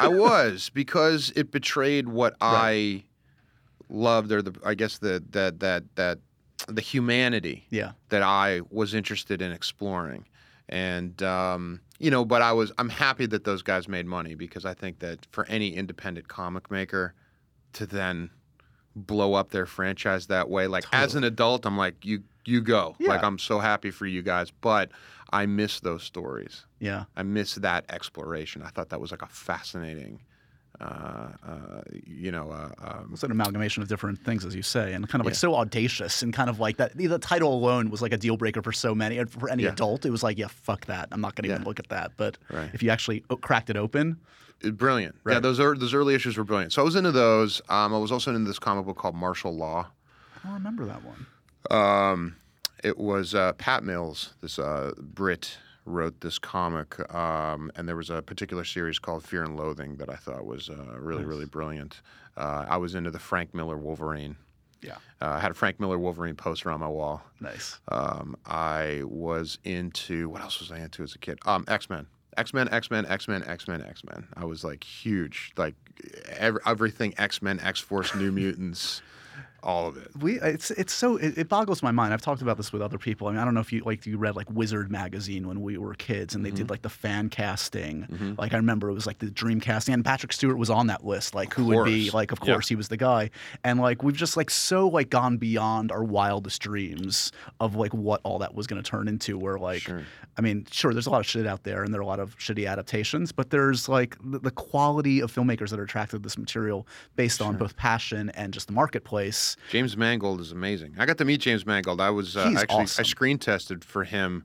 Speaker 5: I was because it betrayed what I loved, or the I guess the that that that the humanity
Speaker 1: Yeah.
Speaker 5: that I was interested in exploring, and um, you know, but I was I'm happy that those guys made money because I think that for any independent comic maker to then blow up their franchise that way, like as an adult, I'm like you you go, like
Speaker 1: Yeah.
Speaker 5: I'm so happy for you guys, but I miss those stories.
Speaker 1: Yeah.
Speaker 5: I miss that exploration. I thought that was like a fascinating, uh, uh, you know, uh, um,
Speaker 1: It's an amalgamation of different things, as you say, and kind of like so audacious and kind of like that. The, the title alone was like a deal breaker for so many, uh, for any
Speaker 5: Yeah.
Speaker 1: adult. It was like, yeah, fuck that. I'm not going to even
Speaker 5: Yeah.
Speaker 1: look at that. But
Speaker 5: Right.
Speaker 1: if you actually o- cracked it open,
Speaker 5: brilliant. Yeah,
Speaker 1: Right.
Speaker 5: those are those early issues were brilliant. So I was into those. Um, I was also into this comic book called Martial Law.
Speaker 1: I don't remember that one.
Speaker 5: Um, it was uh, Pat Mills, this uh, Brit, wrote this comic, um, and there was a particular series called Fear and Loathing that I thought was uh, really, really brilliant. Uh, I was into the Frank Miller Wolverine.
Speaker 1: Yeah.
Speaker 5: Uh, I had a Frank Miller Wolverine poster on my wall.
Speaker 1: Nice.
Speaker 5: Um, I was into what else was I into as a kid? Um, X Men, X Men, X Men, X Men, X Men, X Men. I was like huge, like ev everything X Men, X Force, New Mutants, all of it.
Speaker 1: we it's it's so it, it boggles my mind. I've talked about this with other people. I mean, I don't know if you like you read like Wizard magazine when we were kids, and they did like the fan casting. Like I remember it was like the dream casting, and Patrick Stewart was on that list. Like who would be
Speaker 5: course.
Speaker 1: like? Of
Speaker 5: Yeah.
Speaker 1: course, he was the guy. And like we've just like so like gone beyond our wildest dreams of like what all that was going to turn into. Where like, I mean, sure, there's a lot of shit out there, and there are a lot of shitty adaptations, but there's like the, the quality of filmmakers that are attracted to this material based on both passion and just the marketplace.
Speaker 5: James Mangold is amazing. I got to meet James Mangold. I was uh,
Speaker 1: He's
Speaker 5: actually I
Speaker 1: awesome.
Speaker 5: screen tested for him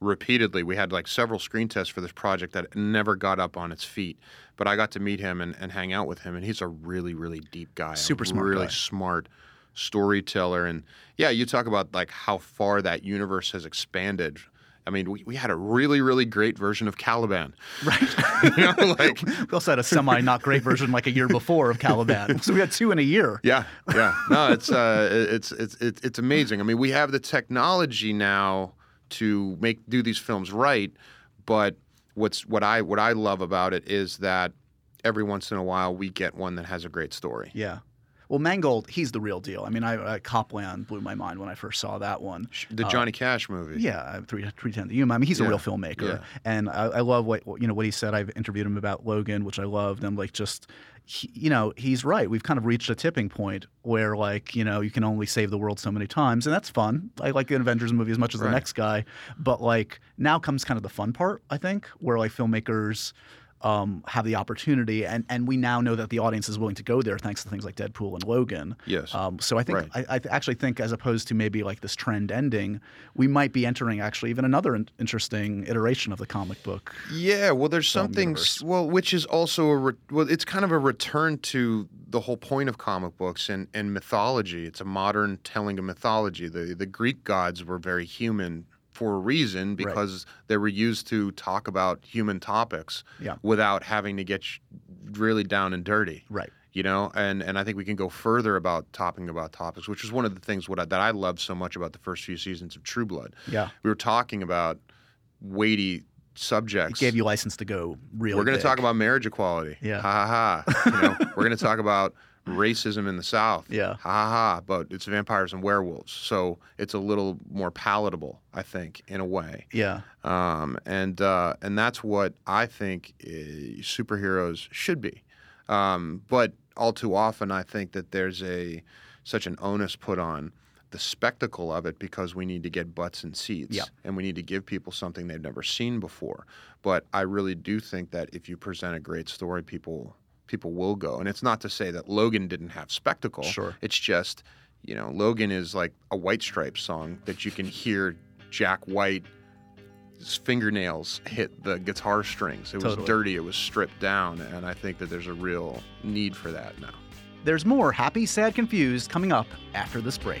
Speaker 5: repeatedly. We had like several screen tests for this project that never got up on its feet. But I got to meet him and, and hang out with him, and he's a really really deep guy, a
Speaker 1: Super smart
Speaker 5: really
Speaker 1: guy.
Speaker 5: smart storyteller. And yeah, you talk about like how far that universe has expanded. I mean, we, we had a really, really great version of Caliban. Right. you know, like,
Speaker 1: We also had a semi not great version like a year before of Caliban. So we had two in a year.
Speaker 5: Yeah, yeah. No, it's uh, it's it's it's it's amazing. I mean, we have the technology now to make do these films right, but what's what I what I love about it is that every once in a while we get one that has a great story.
Speaker 1: Yeah. Well, Mangold, he's the real deal. I mean, I, I Copland blew my mind when I first saw that one.
Speaker 5: The Johnny Cash movie.
Speaker 1: Uh, Yeah, uh, three three ten to Yuma. I mean, he's
Speaker 5: Yeah,
Speaker 1: a real filmmaker,
Speaker 5: yeah.
Speaker 1: and I, I love what what- you know what he said. I've interviewed him about Logan, which I loved, and like just. He, you know he's right. We've kind of reached a tipping point where, like, you know, you can only save the world so many times, and that's fun. I like the Avengers movie as much as
Speaker 5: Right.
Speaker 1: the next guy, but like now comes kind of the fun part, I think, where like filmmakers um, have the opportunity, and and we now know that the audience is willing to go there thanks to things like Deadpool and Logan.
Speaker 5: Yes.
Speaker 1: Um, so I think
Speaker 5: Right.
Speaker 1: I, I th- actually think, as opposed to maybe like this trend ending, we might be entering actually even another in- interesting iteration of the comic book.
Speaker 5: Yeah, well, there's
Speaker 1: film
Speaker 5: something
Speaker 1: universe.
Speaker 5: s- well, which is also a re- well, it's kind of a return to the whole point of comic books and, and mythology. It's a modern telling of mythology. The the Greek gods were very human for a reason because they were used to talk about human topics
Speaker 1: Yeah.
Speaker 5: without having to get sh- really down and dirty
Speaker 1: Right.
Speaker 5: you know and and i think we can go further about talking about topics which is one of the things what I, that i love so much about the first few seasons of true blood
Speaker 1: Yeah.
Speaker 5: we were talking about weighty subjects
Speaker 1: Gave you license to go real.
Speaker 5: we're going to
Speaker 1: big.
Speaker 5: talk about marriage equality
Speaker 1: Yeah.
Speaker 5: ha ha ha you know, we're going to talk about racism in the south
Speaker 1: Yeah.
Speaker 5: ha ha ha but it's vampires and werewolves so it's a little more palatable i think in a way
Speaker 1: Yeah.
Speaker 5: um, and uh, and that's what I think uh, superheroes should be. Um, but all too often, I think that there's a such an onus put on the spectacle of it because we need to get butts and seats,
Speaker 1: Yeah.
Speaker 5: and we need to give people something they've never seen before. But I really do think that if you present a great story, people people will go. And it's not to say that Logan didn't have spectacle.
Speaker 1: Sure.
Speaker 5: It's just, you know, Logan is like a White Stripes song that you can hear Jack White his fingernails hit the guitar strings. It was
Speaker 1: Totally.
Speaker 5: dirty, it was stripped down, and I think that there's a real need for that now.
Speaker 1: There's more Happy, Sad, Confused coming up after this break.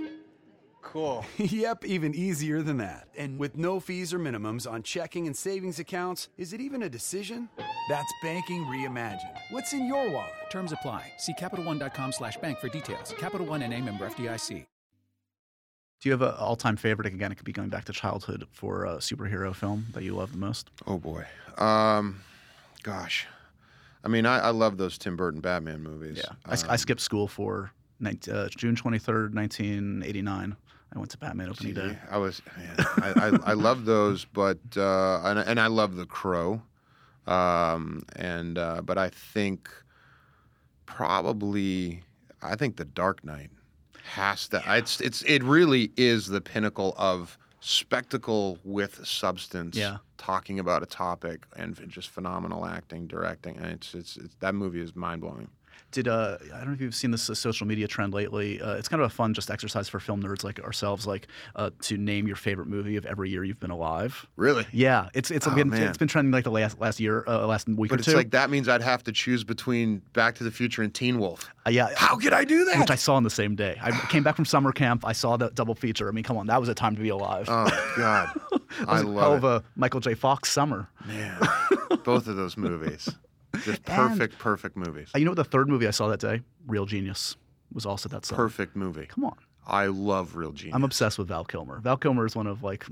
Speaker 6: Cool.
Speaker 2: yep, even easier than that. And with no fees or minimums on checking and savings accounts, is it even a decision? That's banking reimagined. What's in your wallet?
Speaker 3: Terms apply. See CapitalOne.com slash bank for details. Capital One and a member FDIC.
Speaker 1: Do you have an all-time favorite? Again, it could be going back to childhood for a superhero film that you love the most.
Speaker 5: Oh boy. Um, gosh. I mean, I, I love those Tim Burton Batman movies.
Speaker 1: Yeah, I, s- I
Speaker 5: Um,
Speaker 1: skipped school for nine uh, June 23rd, 1989. I went to Batman opening day.
Speaker 5: I was, man, I, I, I love those, but uh, and, and I love The Crow, um, and uh, but I think probably I think The Dark Knight has to. It's it's it really is the pinnacle of spectacle with substance.
Speaker 1: Yeah.
Speaker 5: talking about a topic and just phenomenal acting, directing. And it's it's, it's that movie is mind blowing.
Speaker 1: Did uh, I don't know if you've seen this uh, social media trend lately. Uh, it's kind of a fun just exercise for film nerds like ourselves, like uh, to name your favorite movie of every year you've been alive.
Speaker 5: Really.
Speaker 1: Yeah, it's it's
Speaker 5: Oh,
Speaker 1: been
Speaker 5: man.
Speaker 1: it's been trending like the last last year, uh, last week or
Speaker 5: But it's
Speaker 1: two.
Speaker 5: like that means I'd have to choose between Back to the Future and Teen Wolf.
Speaker 1: Uh, yeah,
Speaker 5: How could I do that?
Speaker 1: which I saw on the same day. I came back from summer camp. I saw that double feature. I mean, come on, that was a time to be alive.
Speaker 5: Oh God, I
Speaker 1: It was a hell of
Speaker 5: love
Speaker 1: a Michael J. Fox summer.
Speaker 5: it. both of those movies. Just perfect, perfect movies.
Speaker 1: Uh, You know what the third movie I saw that day? Real Genius was also that summer.
Speaker 5: Perfect movie.
Speaker 1: Come on.
Speaker 5: I love Real Genius.
Speaker 1: I'm obsessed with Val Kilmer. Val Kilmer is one of like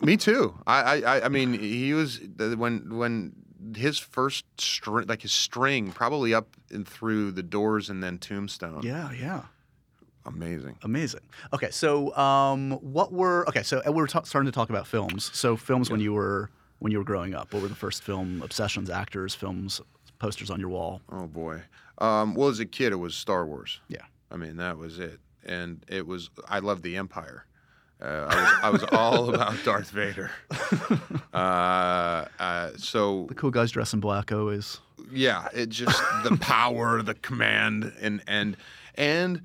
Speaker 5: Me too. I, I, I- I mean, he was the- when when his first string, like his string, probably up and through the Doors and then Tombstone.
Speaker 1: yeah, yeah.
Speaker 5: amazing.
Speaker 1: Amazing. Okay, so um what were okay, so we were ta- starting to talk about films. So films when you were when you were growing up, what were the first film obsessions, actors, films, posters on your wall?
Speaker 5: Oh boy. Um, well, as a kid, it was Star Wars.
Speaker 1: Yeah.
Speaker 5: I mean, that was it, and it was. I loved the Empire. Uh, I, was, I was all about Darth Vader. Uh, uh, so
Speaker 1: The cool guys dressed in black always.
Speaker 5: yeah it just the power the command and and and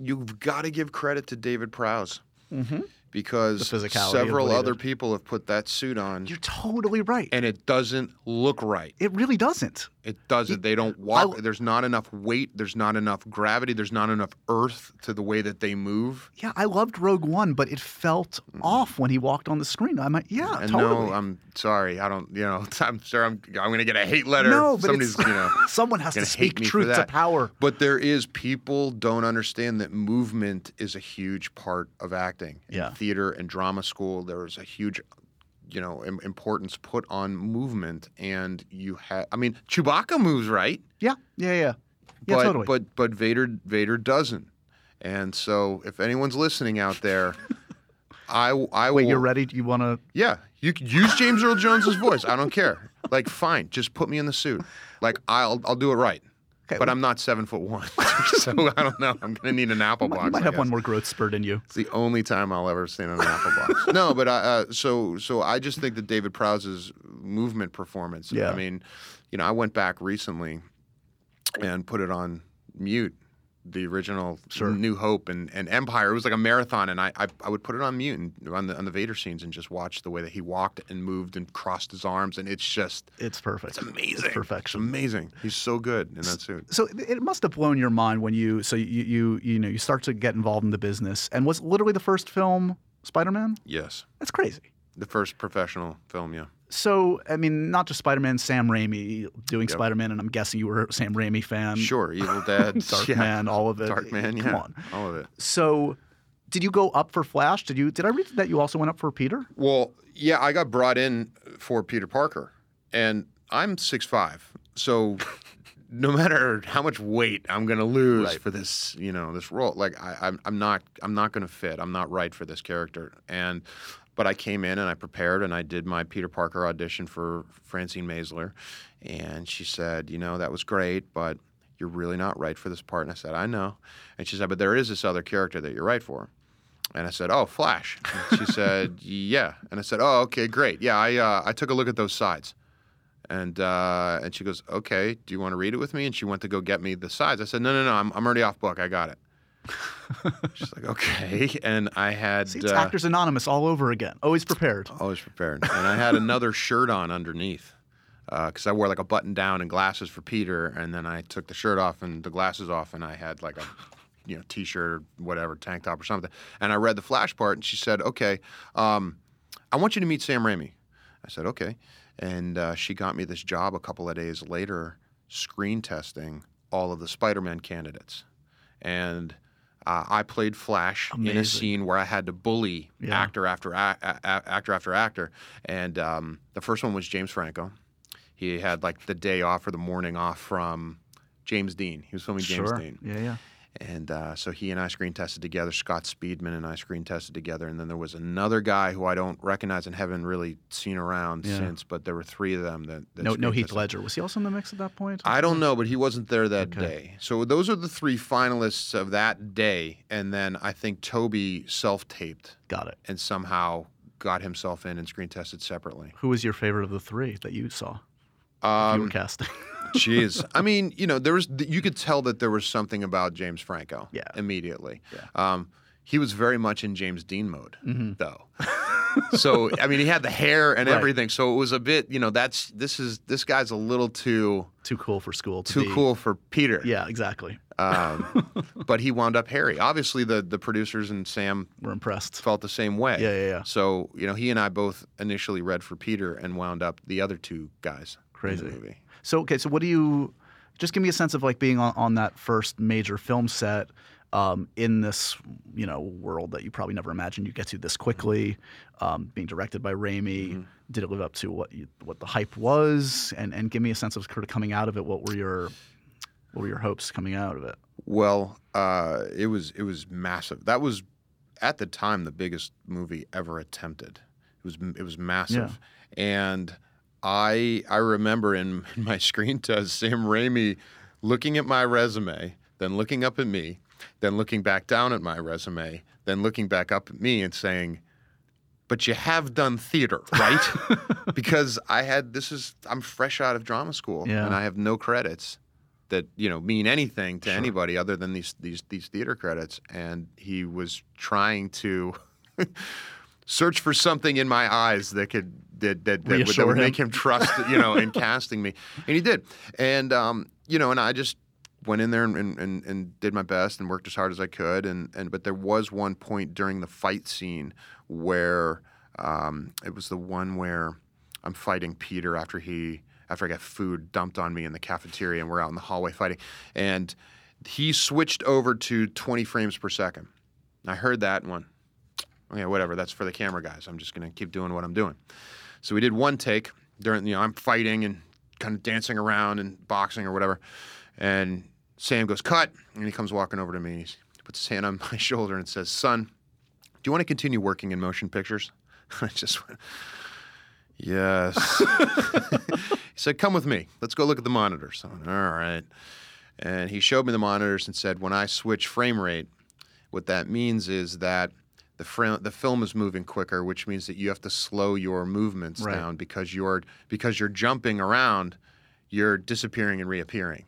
Speaker 5: you've got to give credit to david prowse because
Speaker 1: Mm-hmm. The physicality of
Speaker 5: several
Speaker 1: what he
Speaker 5: other
Speaker 1: did.
Speaker 5: people have put that suit on
Speaker 1: You're totally right.
Speaker 5: and it doesn't look right
Speaker 1: it really doesn't.
Speaker 5: it doesn't they don't walk there's not enough weight there's not enough gravity there's not enough earth to the way that they move
Speaker 1: Yeah, I loved Rogue One, but it felt off when he walked on the screen. I'm like, yeah,
Speaker 5: and
Speaker 1: totally.
Speaker 5: no i'm sorry i don't you know i'm sure i'm i'm gonna get a hate letter
Speaker 1: No, but
Speaker 5: somebody's
Speaker 1: it's,
Speaker 5: you know
Speaker 1: someone has to
Speaker 5: gonna hate
Speaker 1: speak
Speaker 5: me for
Speaker 1: truth to
Speaker 5: that.
Speaker 1: power.
Speaker 5: But there is people don't understand that movement is a huge part of acting. In
Speaker 1: Yeah.
Speaker 5: theater and drama school, there is a huge, you know, im- importance put on movement, and you have. I mean, Chewbacca moves right,
Speaker 1: Yeah, yeah, yeah. Yeah,
Speaker 5: but
Speaker 1: totally.
Speaker 5: but but Vader Vader doesn't, and so if anyone's listening out there, I I
Speaker 1: Wait,
Speaker 5: will,
Speaker 1: you're ready? You want to?
Speaker 5: yeah, you could use James Earl Jones's voice. I don't care. Like, fine, just put me in the suit. Like, I'll I'll do it right. but I'm not seven foot one, so I don't know. I'm gonna need an apple box.
Speaker 1: You might
Speaker 5: I
Speaker 1: have one
Speaker 5: guess.
Speaker 1: more growth spurt in you.
Speaker 5: It's the only time I'll ever stand on an apple box. No, but I, uh, so so I just think that David Prowse's movement performance.
Speaker 1: Yeah.
Speaker 5: I mean, you know, I went back recently and put it on mute. The original New Hope and, and Empire. It was like a marathon, and I, I I would put it on mute and on the on the Vader scenes and just watch the way that he walked and moved and crossed his arms, and it's just
Speaker 1: It's perfect. It's
Speaker 5: amazing. It's
Speaker 1: perfection.
Speaker 5: amazing. He's so good in that suit.
Speaker 1: So it- it must have blown your mind when you so you you you know you start to get involved in the business and was literally the first film Spider-Man.
Speaker 5: Yes.
Speaker 1: That's crazy.
Speaker 5: The first professional film, yeah.
Speaker 1: So I mean, not just Spider-Man, Sam Raimi doing Spider-Man, and I'm guessing you were a Sam Raimi fan.
Speaker 5: Sure, Evil Dead,
Speaker 1: Dark
Speaker 5: yeah.
Speaker 1: Man, all of it.
Speaker 5: Dark Man, yeah.
Speaker 1: Come on.
Speaker 5: All of it.
Speaker 1: So did you go up for Flash? Did you did I read that you also went up for Peter?
Speaker 5: Well, yeah, I got brought in for Peter Parker, and I'm six five, so no matter how much weight I'm gonna lose for this, you know, this role, like I, I'm, I'm not, I'm not gonna fit. I'm not right for this character, and. But I came in and I prepared and I did my Peter Parker audition for Francine Maisler. And she said, You know, that was great, but You're really not right for this part. And I said, I know. And she said, But there is this other character that you're right for. And I said, "Oh, Flash." And she said, "Yeah." And I said, "Oh, okay, great. Yeah, I uh, I took a look at those sides." And uh, and she goes, "Okay, do you want to read it with me?" And she went to go get me the sides. I said, "No, no, no. I'm I'm already off book. I got it." She's like, "Okay." And I had
Speaker 1: See, it's
Speaker 5: uh,
Speaker 1: Actors Anonymous all over again. Always prepared.
Speaker 5: always prepared, and I had another shirt on underneath because I wore like a button down and glasses for Peter, and then I took the shirt off and the glasses off, and I had like a you know t-shirt or whatever tank top or something. And I read the flash part, and she said, "Okay, um, I want you to meet Sam Raimi." I said, "Okay," and uh, she got me this job a couple of days later, screen testing all of the Spider-Man candidates, and. Uh, I played Flash in a
Speaker 1: Amazing.
Speaker 5: scene where I had to bully
Speaker 1: Yeah.
Speaker 5: actor after a- a- a- actor after actor, and um, the first one was James Franco he had like the day off or the morning off from James Dean. He was filming James
Speaker 1: sure.
Speaker 5: Dean.
Speaker 1: Yeah, yeah.
Speaker 5: And uh, so he and I screen tested together. Scott Speedman and I screen tested together. And then there was another guy who I don't recognize and haven't really seen around
Speaker 1: Yeah.
Speaker 5: since, but there were three of them that. that
Speaker 1: No, no
Speaker 5: screen
Speaker 1: Heath
Speaker 5: tested.
Speaker 1: Ledger. Was he also in the mix at that point?
Speaker 5: I don't know, but he wasn't there that
Speaker 1: Okay.
Speaker 5: day. So those are the three finalists of that day. And then I think Toby self taped
Speaker 1: Got it.
Speaker 5: and somehow got himself in and screen tested separately.
Speaker 1: Who was your favorite of the three that you saw? you were
Speaker 5: Um,
Speaker 1: casting.
Speaker 5: Jeez, I mean, you know, there was you could tell that there was something about James Franco.
Speaker 1: Yeah.
Speaker 5: immediately.
Speaker 1: Yeah.
Speaker 5: Um, he was very much in James Dean mode,
Speaker 1: Mhm.
Speaker 5: though. so I mean, he had the hair and
Speaker 1: Right.
Speaker 5: everything. So it was a bit, you know, that's this is this guy's a little too
Speaker 1: Too cool for school. To
Speaker 5: too
Speaker 1: be-
Speaker 5: cool for Peter.
Speaker 1: Yeah, exactly.
Speaker 5: Um, but he wound up hairy. Obviously, the the producers and Sam
Speaker 1: We're impressed.
Speaker 5: felt the same way.
Speaker 1: Yeah, yeah, yeah.
Speaker 5: So you know, he and I both initially read for Peter and wound up the other two guys. In
Speaker 1: Crazy.
Speaker 5: the movie.
Speaker 1: So okay, so what do you? Just give me a sense of like being on, on that first major film set um, in this you know world that you probably never imagined you would get to this quickly. Um, being directed by Raimi, did it live up to what you, what the hype was? And and give me a sense of sort of coming out of it. What were your what were your hopes coming out of it?
Speaker 5: Well, uh, it was it was massive. That was at the time the biggest movie ever attempted. It was it was massive, and I I remember in, in my screen test Sam Raimi looking at my resume, then looking up at me, then looking back down at my resume, then looking back up at me and saying. But you have done theater, right? because I had this is I'm fresh out of drama school
Speaker 1: Yeah.
Speaker 5: and I have no credits that you know mean anything to anybody other than these these these theater credits and he was trying to search for something in my eyes that could that that, that, would, that
Speaker 1: Reassure
Speaker 5: would
Speaker 1: him.
Speaker 5: make him trust you know in casting me and he did and um you know and I just went in there and, and, and, and did my best and worked as hard as I could and and but there was one point during the fight scene where um it was the one where I'm fighting Peter after he after I got food dumped on me in the cafeteria and we're out in the hallway fighting. And he switched over to 20 frames per second. And I heard that and went, okay, whatever. That's for the camera guys. I'm just gonna keep doing what I'm doing. So we did one take during you know I'm fighting and kind of dancing around and boxing or whatever, and Sam goes cut, and he comes walking over to me. And he puts his hand on my shoulder and says, "Son, do you want to continue working in motion pictures?" I just went, "Yes." he said, "Come with me. Let's go look at the monitors." I went, "All right." And he showed me the monitors and said, "When I switch frame rate, what that means is that the fr- the film is moving quicker, which means that you have to slow your movements
Speaker 1: Right.
Speaker 5: down because you're because you're jumping around, you're disappearing and reappearing.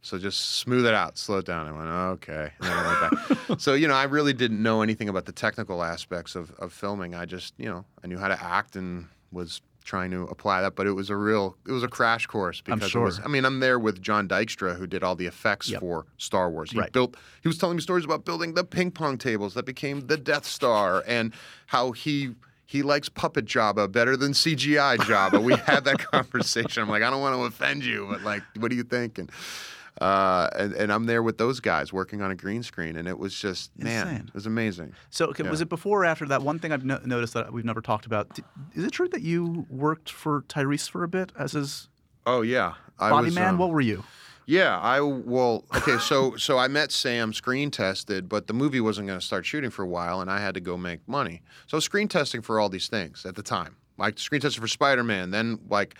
Speaker 5: So just smooth it out, slow it down. I went okay, and then I went back. so you know, I really didn't know anything about the technical aspects of of filming. I just you know, I knew how to act and was trying to apply that, but it was a real it was a crash course because it was
Speaker 1: sure.
Speaker 5: I mean, I'm there with John Dykstra, who did all the effects
Speaker 1: Yep.
Speaker 5: for Star Wars. He
Speaker 1: Right.
Speaker 5: built. He was telling me stories about building the ping pong tables that became the Death Star, and how he he likes puppet Jabba better than CGI Jabba. we had that conversation. I'm like, I don't want to offend you, but like, what do you think? And uh, and, and I'm there with those guys working on a green screen, and it was just man,
Speaker 1: Insane.
Speaker 5: it was amazing.
Speaker 1: So okay, was
Speaker 5: Yeah.
Speaker 1: it before or after that one thing I've no- noticed that we've never talked about? D- is it true that you worked for Tyrese for a bit as his
Speaker 5: Oh yeah, I
Speaker 1: body
Speaker 5: was,
Speaker 1: man?
Speaker 5: um,
Speaker 1: what were you?
Speaker 5: Yeah, I well, okay, so so I met Sam screen tested, but the movie wasn't going to start shooting for a while, and I had to go make money. So I was screen testing for all these things at the time. Like screen tested for Spider Man, then like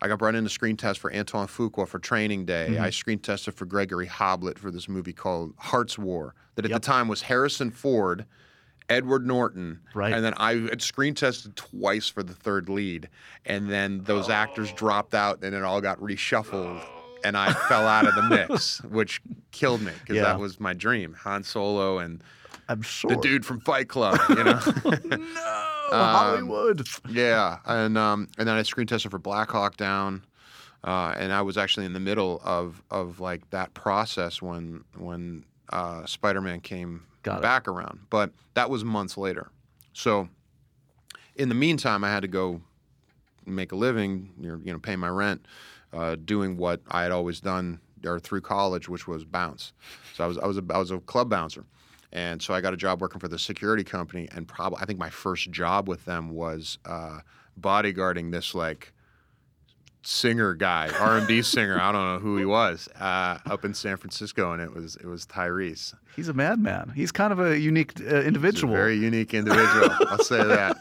Speaker 5: I got brought in to screen test for Antoine Fuqua for Training Day.
Speaker 1: Mm-hmm.
Speaker 5: I screen tested for Gregory Hoblit for this movie called Hearts War, that at the time was Harrison Ford, Edward Norton,
Speaker 1: Right.
Speaker 5: and then I had screen tested twice for the third lead, and then those actors dropped out, and it all got reshuffled. And I fell out of the mix, which killed me because
Speaker 1: Yeah.
Speaker 5: that was my dream. Han Solo and
Speaker 1: I'm sure.
Speaker 5: the dude from Fight Club, you know.
Speaker 1: Oh, Hollywood.
Speaker 5: yeah, and um, and then I screen tested for Black Hawk Down, uh, and I was actually in the middle of of like that process when when uh, Spider Man came
Speaker 1: Got it.
Speaker 5: back around, but that was months later. So in the meantime, I had to go make a living, you know, you know pay my rent, uh, doing what I had always done or through college, which was bounce. So I was I was a, I was a club bouncer, and so I got a job working for the security company, and probably I think my first job with them was uh, bodyguarding this like singer guy, R and B singer. I don't know who he was uh, up in San Francisco, and it was it was Tyrese.
Speaker 1: He's a madman. He's kind of a unique uh,
Speaker 5: He's a
Speaker 1: individual.
Speaker 5: very unique individual. I'll say that.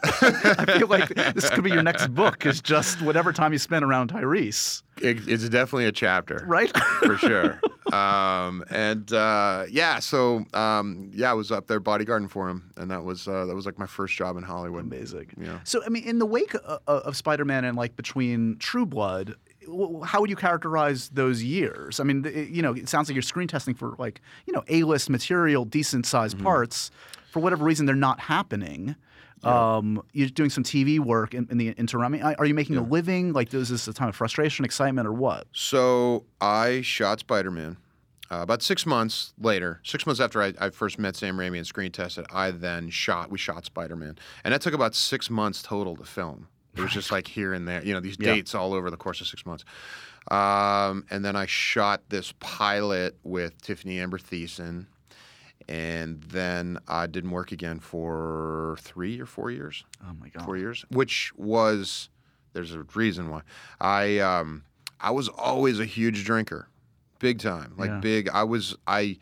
Speaker 1: I feel like this could be your next book. Is just whatever time you spend around Tyrese,
Speaker 5: It, it's definitely a chapter,
Speaker 1: right?
Speaker 5: for sure. Um, and uh, yeah, so um, yeah, I was up there bodyguarding for him, and that was uh, that was like my first job in Hollywood.
Speaker 1: Amazing.
Speaker 5: Yeah.
Speaker 1: So I mean, in the wake of, of Spider-Man and like between True Blood, w- how would you characterize those years? I mean, it, you know, it sounds like you're screen testing for like you know A-list material, decent-sized
Speaker 5: Mm-hmm.
Speaker 1: parts. For whatever reason, they're not happening. Um, you're doing some TV work in, in the interim. I mean, are you making a living? Like, is this a time of frustration, excitement, or what?
Speaker 5: So I shot Spider Man. Uh, about six months later, six months after I, I first met Sam Raimi and screen tested, I then shot. We shot Spider Man, and that took about six months total to film. It was just like here and there, you know, these
Speaker 1: Yeah.
Speaker 5: dates all over the course of six months. Um, and then I shot this pilot with Tiffany Amber Thiessen, and then I didn't work again for three or four years
Speaker 1: Oh my god.
Speaker 5: four years, which was there's a reason why. I um I was always a huge drinker, big time, like
Speaker 1: Yeah.
Speaker 5: big. I was I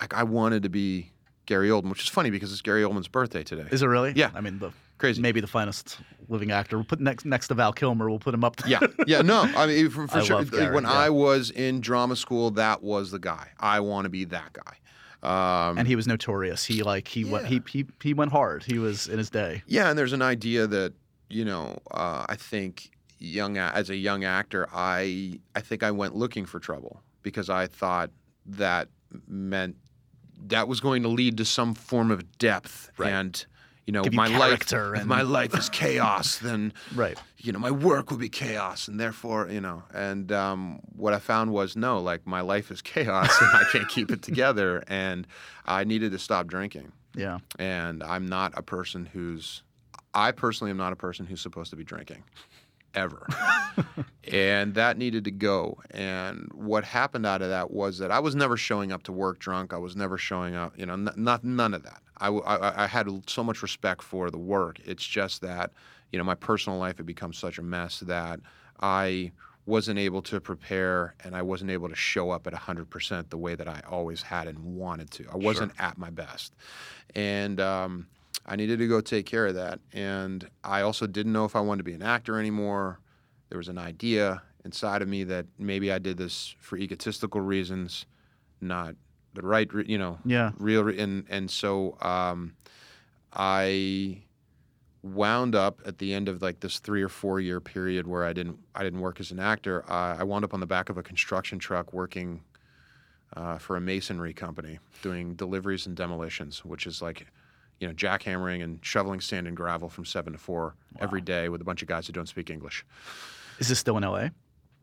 Speaker 5: like I wanted to be Gary Oldman, which is funny because it's Gary Oldman's birthday today.
Speaker 1: Is it really?
Speaker 5: Yeah.
Speaker 1: I mean, the
Speaker 5: Crazy.
Speaker 1: Maybe the finest living actor. We'll put next next to Val Kilmer. We'll put him up. There.
Speaker 5: yeah, yeah, no, I mean for, for
Speaker 1: I
Speaker 5: sure.
Speaker 1: love
Speaker 5: like,
Speaker 1: Gary,
Speaker 5: when
Speaker 1: yeah.
Speaker 5: I was in drama school, that was the guy. I want to be that guy. Um,
Speaker 1: and he was notorious. He like he went he, he he went hard. He was in his day.
Speaker 5: Yeah, and there's an idea that you know, uh, I think young a- as a young actor, I I think I went looking for trouble because I thought that meant that was going to lead to some form of depth and. You know,
Speaker 1: Give you
Speaker 5: my life.
Speaker 1: character
Speaker 5: If
Speaker 1: and-
Speaker 5: my life is chaos, then
Speaker 1: Right.
Speaker 5: you know my work will be chaos, and therefore, you know. And um, what I found was no, like my life is chaos, and I can't keep it together, and I needed to stop drinking
Speaker 1: Yeah.
Speaker 5: and I'm not a person who's I personally am not a person who's supposed to be drinking ever. and that needed to go. And what happened out of that was that I was never showing up to work drunk. I was never showing up, you know, n- not none of that. I, w- I- I had so much respect for the work. It's just that, you know, my personal life had become such a mess that I wasn't able to prepare and I wasn't able to show up at 100% the way that I always had and wanted to. I wasn't at my best. And um, I needed to go take care of that. And I also didn't know if I wanted to be an actor anymore there was an idea inside of me that maybe I did this for egotistical reasons, not the right, re- you know,
Speaker 1: Yeah.
Speaker 5: real. Re- and and so um, I wound up at the end of like this three or four year period where I didn't I didn't work as an actor. Uh, I, I wound up on the back of a construction truck working uh, for a masonry company doing deliveries and demolitions, which is like, you know, jackhammering and shoveling sand and gravel from seven to four every day with a bunch of guys who don't speak English.
Speaker 1: Is this still in L.A.?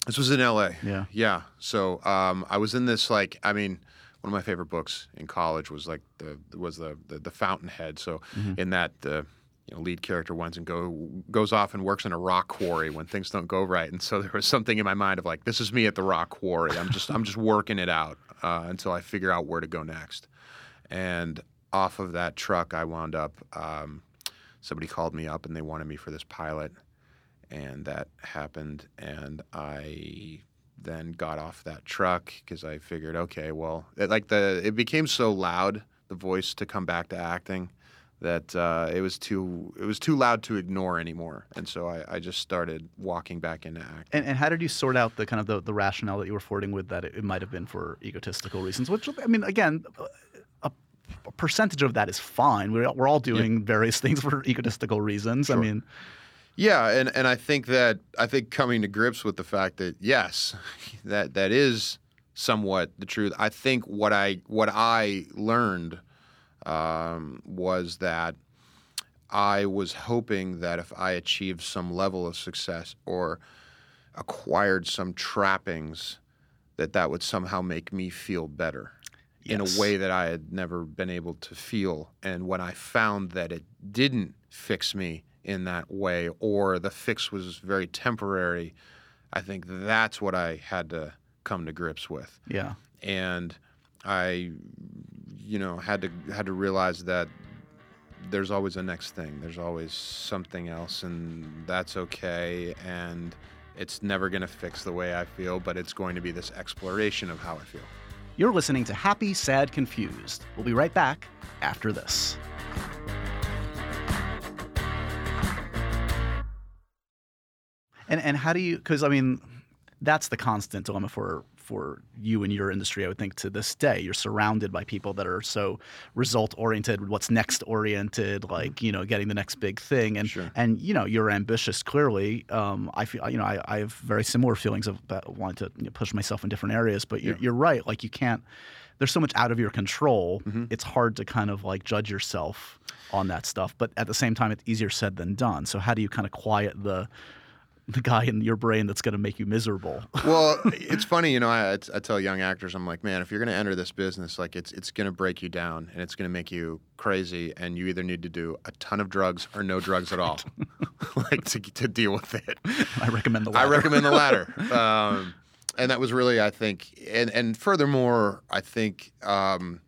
Speaker 5: This was in LA.
Speaker 1: Yeah.
Speaker 5: Yeah. So um, I was in this like I mean, one of my favorite books in college was like the was the the, the Fountainhead. So in that the you know, lead character wins and go goes off and works in a rock quarry when things don't go right. And so there was something in my mind of like, this is me at the rock quarry. I'm just I'm just working it out uh, until I figure out where to go next. And off of that truck, I wound up. Um, somebody called me up and they wanted me for this pilot and that happened and i then got off that truck because i figured okay well it, like the it became so loud the voice to come back to acting that uh, it was too it was too loud to ignore anymore, and so I, I just started walking back into act.
Speaker 1: And, and how did you sort out the kind of the, the rationale that you were forwarding with that it, it might have been for egotistical reasons? Which I mean, again, a, a percentage of that is fine. We're we're all doing various things for egotistical reasons. I mean,
Speaker 5: Yeah, and, and I think that I think coming to grips with the fact that yes, that that is somewhat the truth. I think what I what I learned um, was that I was hoping that if I achieved some level of success or acquired some trappings, that that would somehow make me feel better in
Speaker 1: Yes.
Speaker 5: a way that I had never been able to feel. And when I found that it didn't fix me in that way, or the fix was very temporary, I think that's what I had to come to grips with.
Speaker 1: yeah.
Speaker 5: And I, you know, had to had to realize that there's always a next thing. There's always something else, and that's okay. And it's never going to fix the way I feel, but it's going to be this exploration of how I feel.
Speaker 1: You're listening to Happy, Sad, Confused. We'll be right back after this. And and how do you? Because I mean, that's the constant dilemma for for you and your industry. I would think to this day, you're surrounded by people that are so result oriented, what's next oriented, like you know, getting the next big thing. And and you know, you're ambitious. Clearly, um, I feel you know, I, I have very similar feelings of about wanting to you know, push myself in different areas. But you're, you're right. Like you can't. There's so much out of your control. It's hard to kind of like judge yourself on that stuff. But at the same time, it's easier said than done. So how do you kind of quiet the the guy in your brain that's going to make you miserable.
Speaker 5: well, it's funny, you know. I, I tell young actors, I'm like, man, if you're going to enter this business, like it's it's going to break you down and it's going to make you crazy, and you either need to do a ton of drugs or no drugs at all, like to to deal with it.
Speaker 1: I recommend the.
Speaker 5: I
Speaker 1: latter.
Speaker 5: recommend the latter. Um, and that was really, I think, and and furthermore, I think um,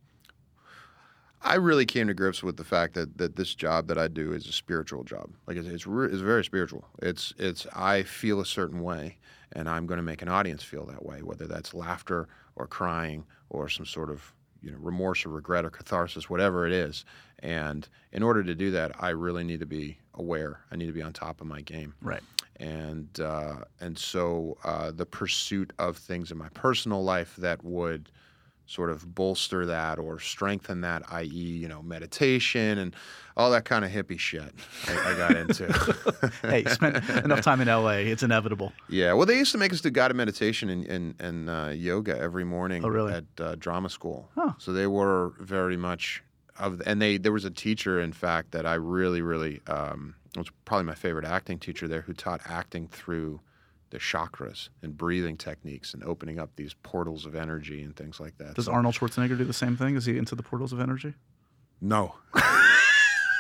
Speaker 5: I really came to grips with the fact that that this job that I do is a spiritual job. Like it's it's, re- it's very spiritual. It's it's I feel a certain way, and I'm going to make an audience feel that way, whether that's laughter or crying or some sort of you know remorse or regret or catharsis, whatever it is. And in order to do that, I really need to be aware. I need to be on top of my game
Speaker 1: Right.
Speaker 5: and uh, and so uh, the pursuit of things in my personal life that would sort of bolster that or strengthen that, i.e., you know, meditation and all that kind of hippie shit I, I got into.
Speaker 1: Hey, spent enough time in L.A. It's inevitable.
Speaker 5: yeah, well, they used to make us do guided meditation and and, and uh, yoga every morning
Speaker 1: Oh, really?
Speaker 5: at uh, drama school.
Speaker 1: Huh.
Speaker 5: So they were very much of, and they there was a teacher, in fact, that I really, really um, was probably my favorite acting teacher there, who taught acting through the chakras and breathing techniques and opening up these portals of energy and things like that.
Speaker 1: Does
Speaker 5: So-
Speaker 1: Arnold Schwarzenegger do the same thing? Is he into the portals of energy?
Speaker 5: No.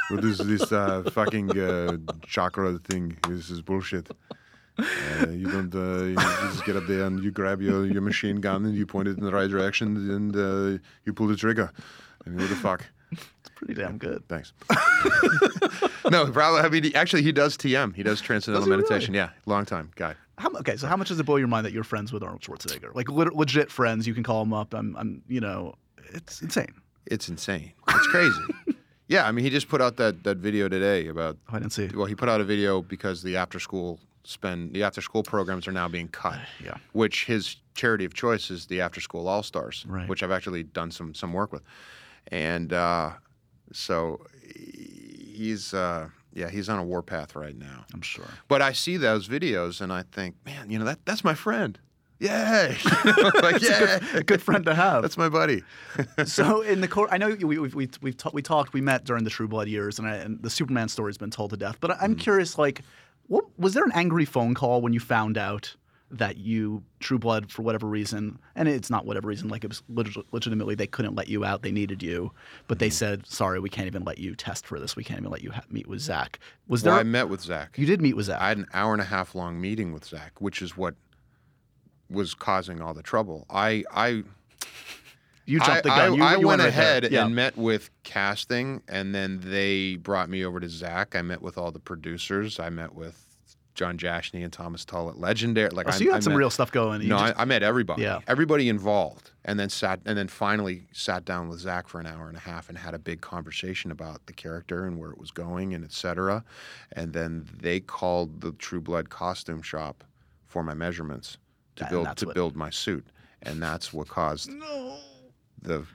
Speaker 5: well, this this uh, fucking uh, chakra thing. This is bullshit. Uh, you don't. Uh, you just get up there and you grab your, your machine gun and you point it in the right direction and uh, you pull the trigger. I mean, what the fuck?
Speaker 1: Pretty damn good.
Speaker 5: Thanks. no, probably. I mean, actually, he does TM. He does transcendental
Speaker 1: Does he really?
Speaker 5: meditation. Yeah, long time guy.
Speaker 1: How, mu- okay, so how much does it blow your mind that you're friends with Arnold Schwarzenegger? Like lit- legit friends, you can call him up. I'm, I'm, you know, it's insane.
Speaker 5: It's insane. It's crazy. yeah, I mean, he just put out that that video today about
Speaker 1: Oh, I didn't see. it.
Speaker 5: well, he put out a video because the after school spend the after school programs are now being cut.
Speaker 1: Yeah.
Speaker 5: Which his charity of choice is the after school all stars,
Speaker 1: Right.
Speaker 5: which I've actually done some some work with, and uh, so he's uh, yeah he's on a warpath right now.
Speaker 1: I'm sure.
Speaker 5: But I see those videos and I think, man, you know that that's my friend. Yay! like, yeah,
Speaker 1: A good friend to have.
Speaker 5: that's my buddy.
Speaker 1: so in the court, I know we we we we've ta- we talked, we met during the True Blood years, and, I, and the Superman story's been told to death. But
Speaker 5: Hmm.
Speaker 1: I'm curious, like, what was there an angry phone call when you found out that you True Blood for whatever reason, and it's not whatever reason, like it was leg- legitimately they couldn't let you out, they needed you, but
Speaker 5: Hmm.
Speaker 1: they said sorry, we can't even let you test for this, we can't even let you ha- meet with Zach. Was there?
Speaker 5: Well, I met with Zach.
Speaker 1: you did meet with Zach.
Speaker 5: I had an hour and a half long meeting with Zach, which is what was causing all the trouble. I I
Speaker 1: you jumped
Speaker 5: I,
Speaker 1: the gun.
Speaker 5: I,
Speaker 1: you,
Speaker 5: I
Speaker 1: you
Speaker 5: went
Speaker 1: right there.
Speaker 5: ahead
Speaker 1: Yeah.
Speaker 5: and met with casting, and then they brought me over to Zach. I met with all the producers. I met with John Jashney and Thomas Tullett, legendary. Like,
Speaker 1: Oh, so you got some
Speaker 5: met-
Speaker 1: real stuff going. You
Speaker 5: No,
Speaker 1: just-
Speaker 5: I, I met everybody.
Speaker 1: Yeah.
Speaker 5: Everybody involved, and then sat, and then finally sat down with Zach for an hour and a half and had a big conversation about the character and where it was going and et cetera. And then they called the True Blood costume shop for my measurements to
Speaker 1: And
Speaker 5: build
Speaker 1: that's
Speaker 5: to
Speaker 1: what-
Speaker 5: build my suit, and that's what caused the.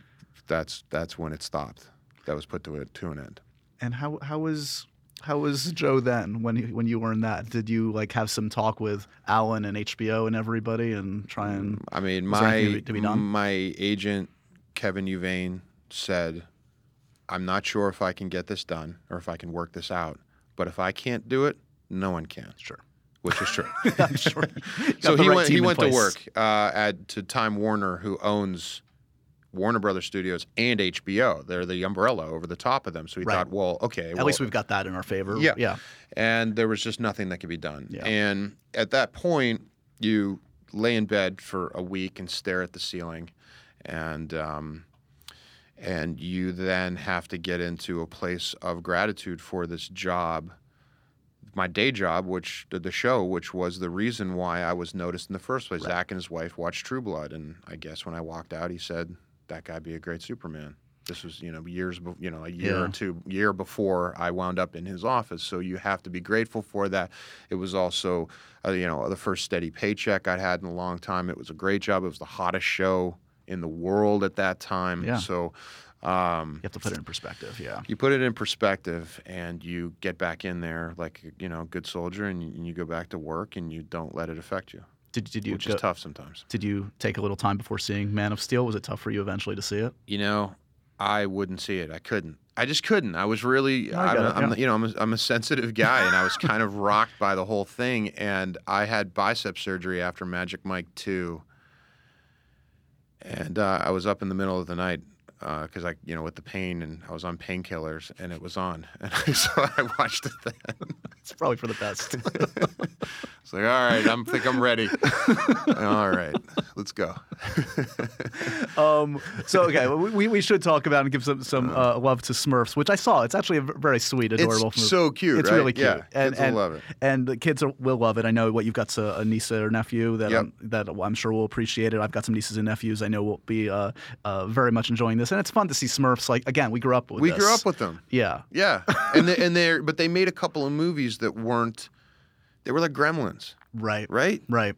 Speaker 5: That's that's when it stopped. That was put to a, to an end.
Speaker 1: And how how was how was Joe then when you, when you were in that? Did you like have some talk with Alan and HBO and everybody and try and
Speaker 5: I mean,
Speaker 1: Is there anything to
Speaker 5: my
Speaker 1: be- to be done?
Speaker 5: my agent Kevin Uvain said, "I'm not sure if I can get this done or if I can work this out, but if I can't do it, no one can."
Speaker 1: sure?
Speaker 5: Which is true.
Speaker 1: sure.
Speaker 5: so he went. He went
Speaker 1: place.
Speaker 5: to work uh, at to Time Warner, who owns Warner Brothers Studios and HBO. They're the umbrella over the top of them. So he
Speaker 1: Right.
Speaker 5: thought, well, okay,
Speaker 1: At
Speaker 5: well,
Speaker 1: least we've got that in our favor.
Speaker 5: Yeah.
Speaker 1: Yeah.
Speaker 5: and there was just nothing that could be done.
Speaker 1: Yeah.
Speaker 5: And at that point, you lay in bed for a week and stare at the ceiling, and um, and you then have to get into a place of gratitude for this job, my day job, which the, the show, which was the reason why I was noticed in the first place. Zach and his wife watched True Blood, and I guess when I walked out, he said that guy'd be a great Superman. This was, you know, years, be- you know, a year
Speaker 1: Yeah.
Speaker 5: or two, year before I wound up in his office. So you have to be grateful for that. It was also, uh, you know, the first steady paycheck I'd had in a long time. It was a great job. It was the hottest show in the world at that time.
Speaker 1: Yeah.
Speaker 5: So, um,
Speaker 1: You have to put it in perspective. Yeah.
Speaker 5: you put it in perspective and you get back in there like you know a good soldier and you, and you go back to work and you don't let it affect you
Speaker 1: Did did you
Speaker 5: which
Speaker 1: go-
Speaker 5: is tough sometimes
Speaker 1: Did you take a little time before seeing Man of Steel? Was it tough for you eventually to see it?
Speaker 5: you know i wouldn't see it i couldn't i just couldn't i was really
Speaker 1: I
Speaker 5: i'm,
Speaker 1: get
Speaker 5: a-
Speaker 1: it,
Speaker 5: I'm
Speaker 1: yeah.
Speaker 5: you know I'm a, I'm a sensitive guy and i was kind of rocked by the whole thing and i had bicep surgery after magic mike 2 and uh, i was up in the middle of the night because I, you know, with the pain, and I was on painkillers, and it was on, and so I watched it then.
Speaker 1: It's probably for the best.
Speaker 5: It's like, all right, I'm think I'm ready. all right, let's go.
Speaker 1: um, so okay, well, we, we should talk about and give some some uh, love to Smurfs, which I saw. It's actually a v- very sweet, adorable.
Speaker 5: It's
Speaker 1: movie.
Speaker 5: so cute,
Speaker 1: It's
Speaker 5: right?
Speaker 1: really cute.
Speaker 5: Yeah,
Speaker 1: and,
Speaker 5: kids will
Speaker 1: and-
Speaker 5: love it.
Speaker 1: And the kids are, will love it. I know what you've got's a, a niece or nephew that
Speaker 5: Yep.
Speaker 1: I'm, that I'm sure will appreciate it. I've got some nieces and nephews I know will be uh, uh, very much enjoying this, and it's fun to see Smurfs. Like again, we grew up with.
Speaker 5: We
Speaker 1: this.
Speaker 5: grew up with them.
Speaker 1: Yeah.
Speaker 5: Yeah, and they, and they but they made a couple of movies that weren't. They were like Gremlins,
Speaker 1: Right.
Speaker 5: right?
Speaker 1: Right.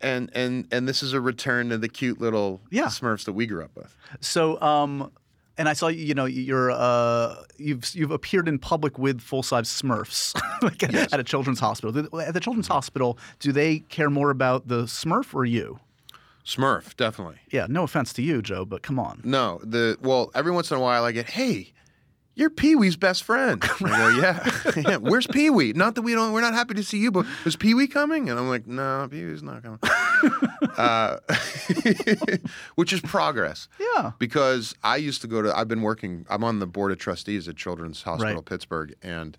Speaker 5: And and and this is a return to the cute little
Speaker 1: Yeah.
Speaker 5: Smurfs that we grew up with.
Speaker 1: So, um, and I saw you know you're uh, you've you've appeared in public with full size Smurfs like at- at a children's hospital. Do- At the children's hospital, do they care more about the Smurf or you?
Speaker 5: Smurf, definitely.
Speaker 1: Yeah, no offense to you, Joe, but come on.
Speaker 5: No, the well, every once in a while I get, hey, you're Pee Wee's best friend. I go, yeah, yeah. Where's Pee Wee? Not that we don't, we're not happy to see you, but is Pee Wee coming? And I'm like, no, Pee Wee's not coming. uh, which is progress.
Speaker 1: Yeah.
Speaker 5: Because I used to go to, I've been working, I'm on the board of trustees at Children's Hospital
Speaker 1: Right.
Speaker 5: Pittsburgh, and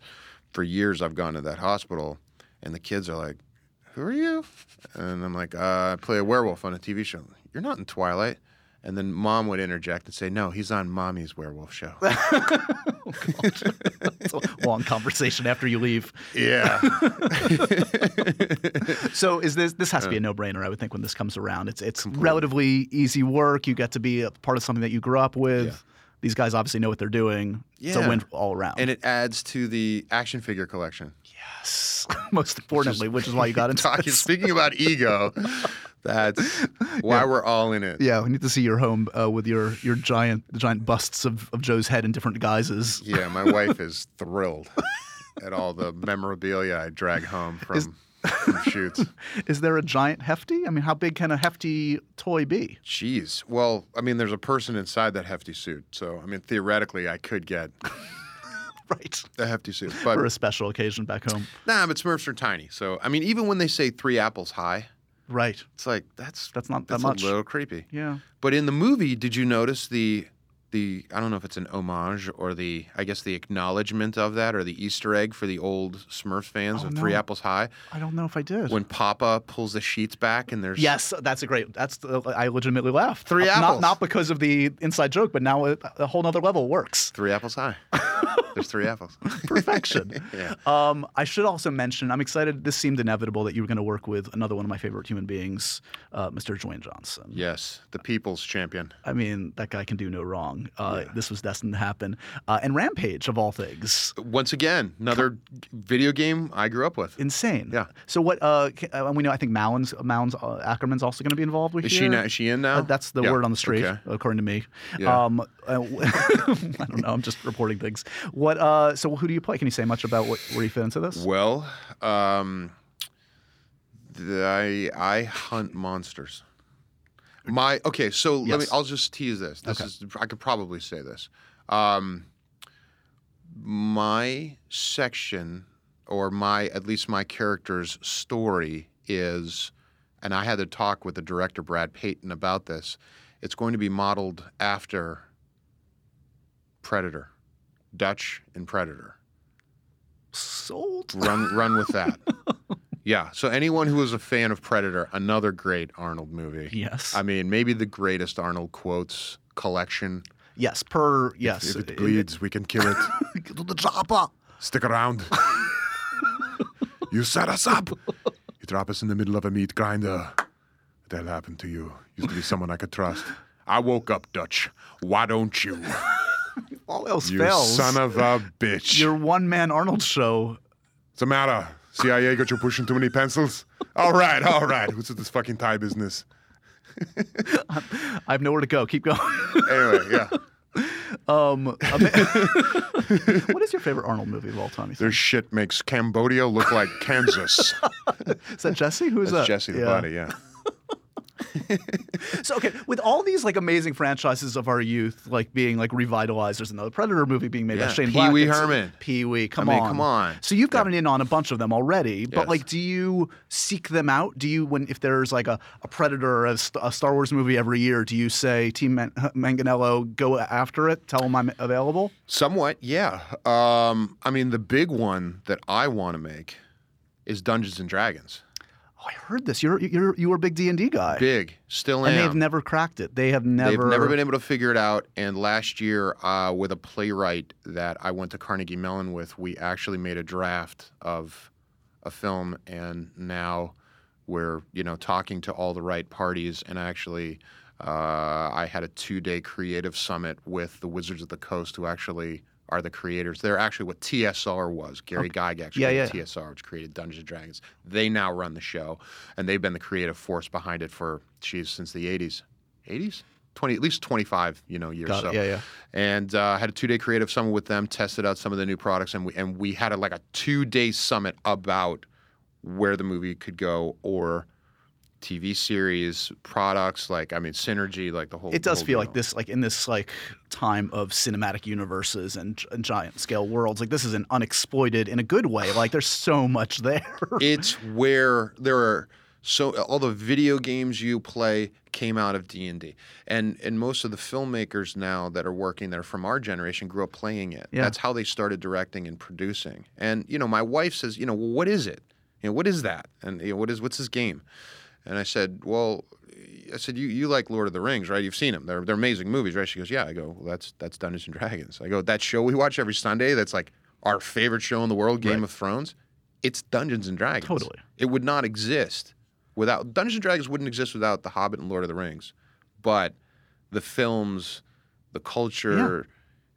Speaker 5: for years I've gone to that hospital, and the kids are like, who are you? And I'm like, uh, I play a werewolf on a TV show. You're not in Twilight. And then mom would interject and say, no, he's on mommy's werewolf show.
Speaker 1: It's a long conversation after you leave.
Speaker 5: yeah.
Speaker 1: So is this this has to be a no brainer? I would think when this comes around, it's it's relatively easy work. You get to be a part of something that you grew up with. These guys obviously know what they're doing. It's a
Speaker 5: Yeah.
Speaker 1: win all around.
Speaker 5: and it adds to the action figure collection.
Speaker 1: yes, most importantly, which is why you got into
Speaker 5: Talking,
Speaker 1: this.
Speaker 5: speaking about ego, that's why we're all in it.
Speaker 1: Yeah, we need to see your home uh, with your your giant the giant busts of, of Joe's head in different guises.
Speaker 5: Yeah, my wife is thrilled at all the memorabilia I drag home from, from shoots.
Speaker 1: Is there a giant hefty? I mean, how big can a hefty toy be?
Speaker 5: Jeez. Well, I mean, there's a person inside that hefty suit, so I mean, theoretically, I could get
Speaker 1: Right.
Speaker 5: a hefty suit,
Speaker 1: For a
Speaker 5: but
Speaker 1: special occasion back home.
Speaker 5: nah, but Smurfs are tiny, so I mean, even when they say three apples high,
Speaker 1: Right.
Speaker 5: it's like that's
Speaker 1: That's not that
Speaker 5: that's
Speaker 1: much.
Speaker 5: a little creepy.
Speaker 1: Yeah.
Speaker 5: But in the movie, did you notice the the I don't know if it's an homage or the I guess the acknowledgement of that or the Easter egg for the old Smurfs fans
Speaker 1: Oh,
Speaker 5: of Three
Speaker 1: no.
Speaker 5: Apples High
Speaker 1: I don't know if I did.
Speaker 5: when Papa pulls the sheets back and there's
Speaker 1: yes, that's a great. That's the, I legitimately laughed.
Speaker 5: Three
Speaker 1: not,
Speaker 5: apples.
Speaker 1: Not because of the inside joke, but now a, a whole nother level works.
Speaker 5: Three Apples High. There's three apples.
Speaker 1: perfection. um, I should also mention, I'm excited. This seemed inevitable that you were going to work with another one of my favorite human beings, uh, Mr. Dwayne Johnson.
Speaker 5: yes, the people's champion.
Speaker 1: I mean, that guy can do no wrong. Uh, This was destined to happen. Uh, and Rampage, of all things.
Speaker 5: Once again, another video game I grew up with.
Speaker 1: Insane.
Speaker 5: Yeah.
Speaker 1: So what? Uh, ca- uh, and we know. I think Mounds, Mounds uh, Ackerman's also going to be involved. We
Speaker 5: Is
Speaker 1: hear.
Speaker 5: she now? Is she in now?
Speaker 1: Uh, that's the
Speaker 5: Yeah,
Speaker 1: word on the street,
Speaker 5: okay.
Speaker 1: according to me.
Speaker 5: Yeah.
Speaker 1: Um, uh, I don't know. I'm just reporting things. What? Uh, so who do you play? Can you say much about what, where you fit into this?
Speaker 5: Well, um, th- I I hunt monsters. My okay, so let me.
Speaker 1: Yes.
Speaker 5: I'll just tease this. This is I could probably say this. Um, my section, or my at least my character's story is, and I had to talk with the director Brad Payton about this. It's going to be modeled after Predator, Dutch and Predator
Speaker 1: Sold.
Speaker 5: run run with that. yeah. So anyone who is a fan of Predator, another great Arnold movie.
Speaker 1: Yes.
Speaker 5: I mean, maybe the greatest Arnold quotes collection.
Speaker 1: yes. Per. Yes.
Speaker 5: If it bleeds, we can kill it.
Speaker 1: To the chopper.
Speaker 5: Stick around. you set us up. You drop us in the middle of a meat grinder. That'll happen to you. Used to be someone I could trust. I woke up Dutch. Why don't you?
Speaker 1: All else
Speaker 5: You
Speaker 1: fails.
Speaker 5: son of a bitch.
Speaker 1: your one man Arnold show.
Speaker 5: What's the matter? CIA got you pushing too many pencils? All right, all right. What's with this fucking tie business?
Speaker 1: I have nowhere to go. Keep going.
Speaker 5: Anyway, yeah.
Speaker 1: um, ama- what is your favorite Arnold movie of all time? you
Speaker 5: Their shit makes Cambodia look like Kansas.
Speaker 1: think? Is that Jesse? Who's
Speaker 5: That's
Speaker 1: that?
Speaker 5: Jesse the
Speaker 1: Yeah.
Speaker 5: Body, yeah.
Speaker 1: So okay, with all these like amazing franchises of our youth, like being like revitalized, there's another Predator movie being made by
Speaker 5: Yeah,
Speaker 1: Shane
Speaker 5: Pee Wee
Speaker 1: Black. It's-
Speaker 5: Herman.
Speaker 1: Pee Wee, come
Speaker 5: mean,
Speaker 1: on,
Speaker 5: come on.
Speaker 1: So you've gotten in on a bunch of them already, but
Speaker 5: Yes.
Speaker 1: like, do you seek them out? Do you when if there's like a, a Predator or a, St- a Star Wars movie every year, do you say Team Man- Manganello go after it? Tell them I'm available.
Speaker 5: Somewhat, yeah. Um, I mean, the big one that I want to make is Dungeons and Dragons.
Speaker 1: Oh, I heard this. You're you're you were a big D and D guy,
Speaker 5: Big, still
Speaker 1: and
Speaker 5: am.
Speaker 1: they have never cracked it. They have never.
Speaker 5: They've never been able to figure it out. And last year, uh, with a playwright that I went to Carnegie Mellon with, we actually made a draft of a film, and now we're you know talking to all the right parties. And actually, uh, I had a two-day creative summit with the Wizards of the Coast, who actually are the creators. They're actually what TSR was. Gary Gygax
Speaker 1: Yeah,
Speaker 5: created
Speaker 1: yeah.
Speaker 5: TSR, which created Dungeons and Dragons. They now run the show, and they've been the creative force behind it for geez since the '80s. 80s 20 at least 25 you know years
Speaker 1: Got it.
Speaker 5: so
Speaker 1: Yeah, yeah.
Speaker 5: and uh, had a two-day creative summit with them tested out some of the new products and we and we had a, like a two-day summit about where the movie could go or tv series products like i mean synergy like the whole
Speaker 1: It does
Speaker 5: whole
Speaker 1: feel
Speaker 5: deal.
Speaker 1: like this, like in this like time of cinematic universes and, gi- and giant scale worlds, like this is an unexploited in a good way. Like there's so much there.
Speaker 5: it's where there are so all the video games you play came out of D&D. And and most of the filmmakers now that are working that are from our generation grew up playing it.
Speaker 1: Yeah.
Speaker 5: That's how they started directing and producing. And you know, my wife says, you know, well, what is it? You know, what is that? And you know, what is what's this game? And I said, well, I said, you, you like Lord of the Rings, right? You've seen them. They're, they're amazing movies, right? She goes, yeah. I go, well, that's that's Dungeons and Dragons. I go, that show we watch every Sunday, that's like our favorite show in the world, Game of Thrones. It's Dungeons and Dragons.
Speaker 1: Totally.
Speaker 5: It would not exist without Dungeons and Dragons wouldn't exist without The Hobbit and Lord of the Rings. But the films, the culture,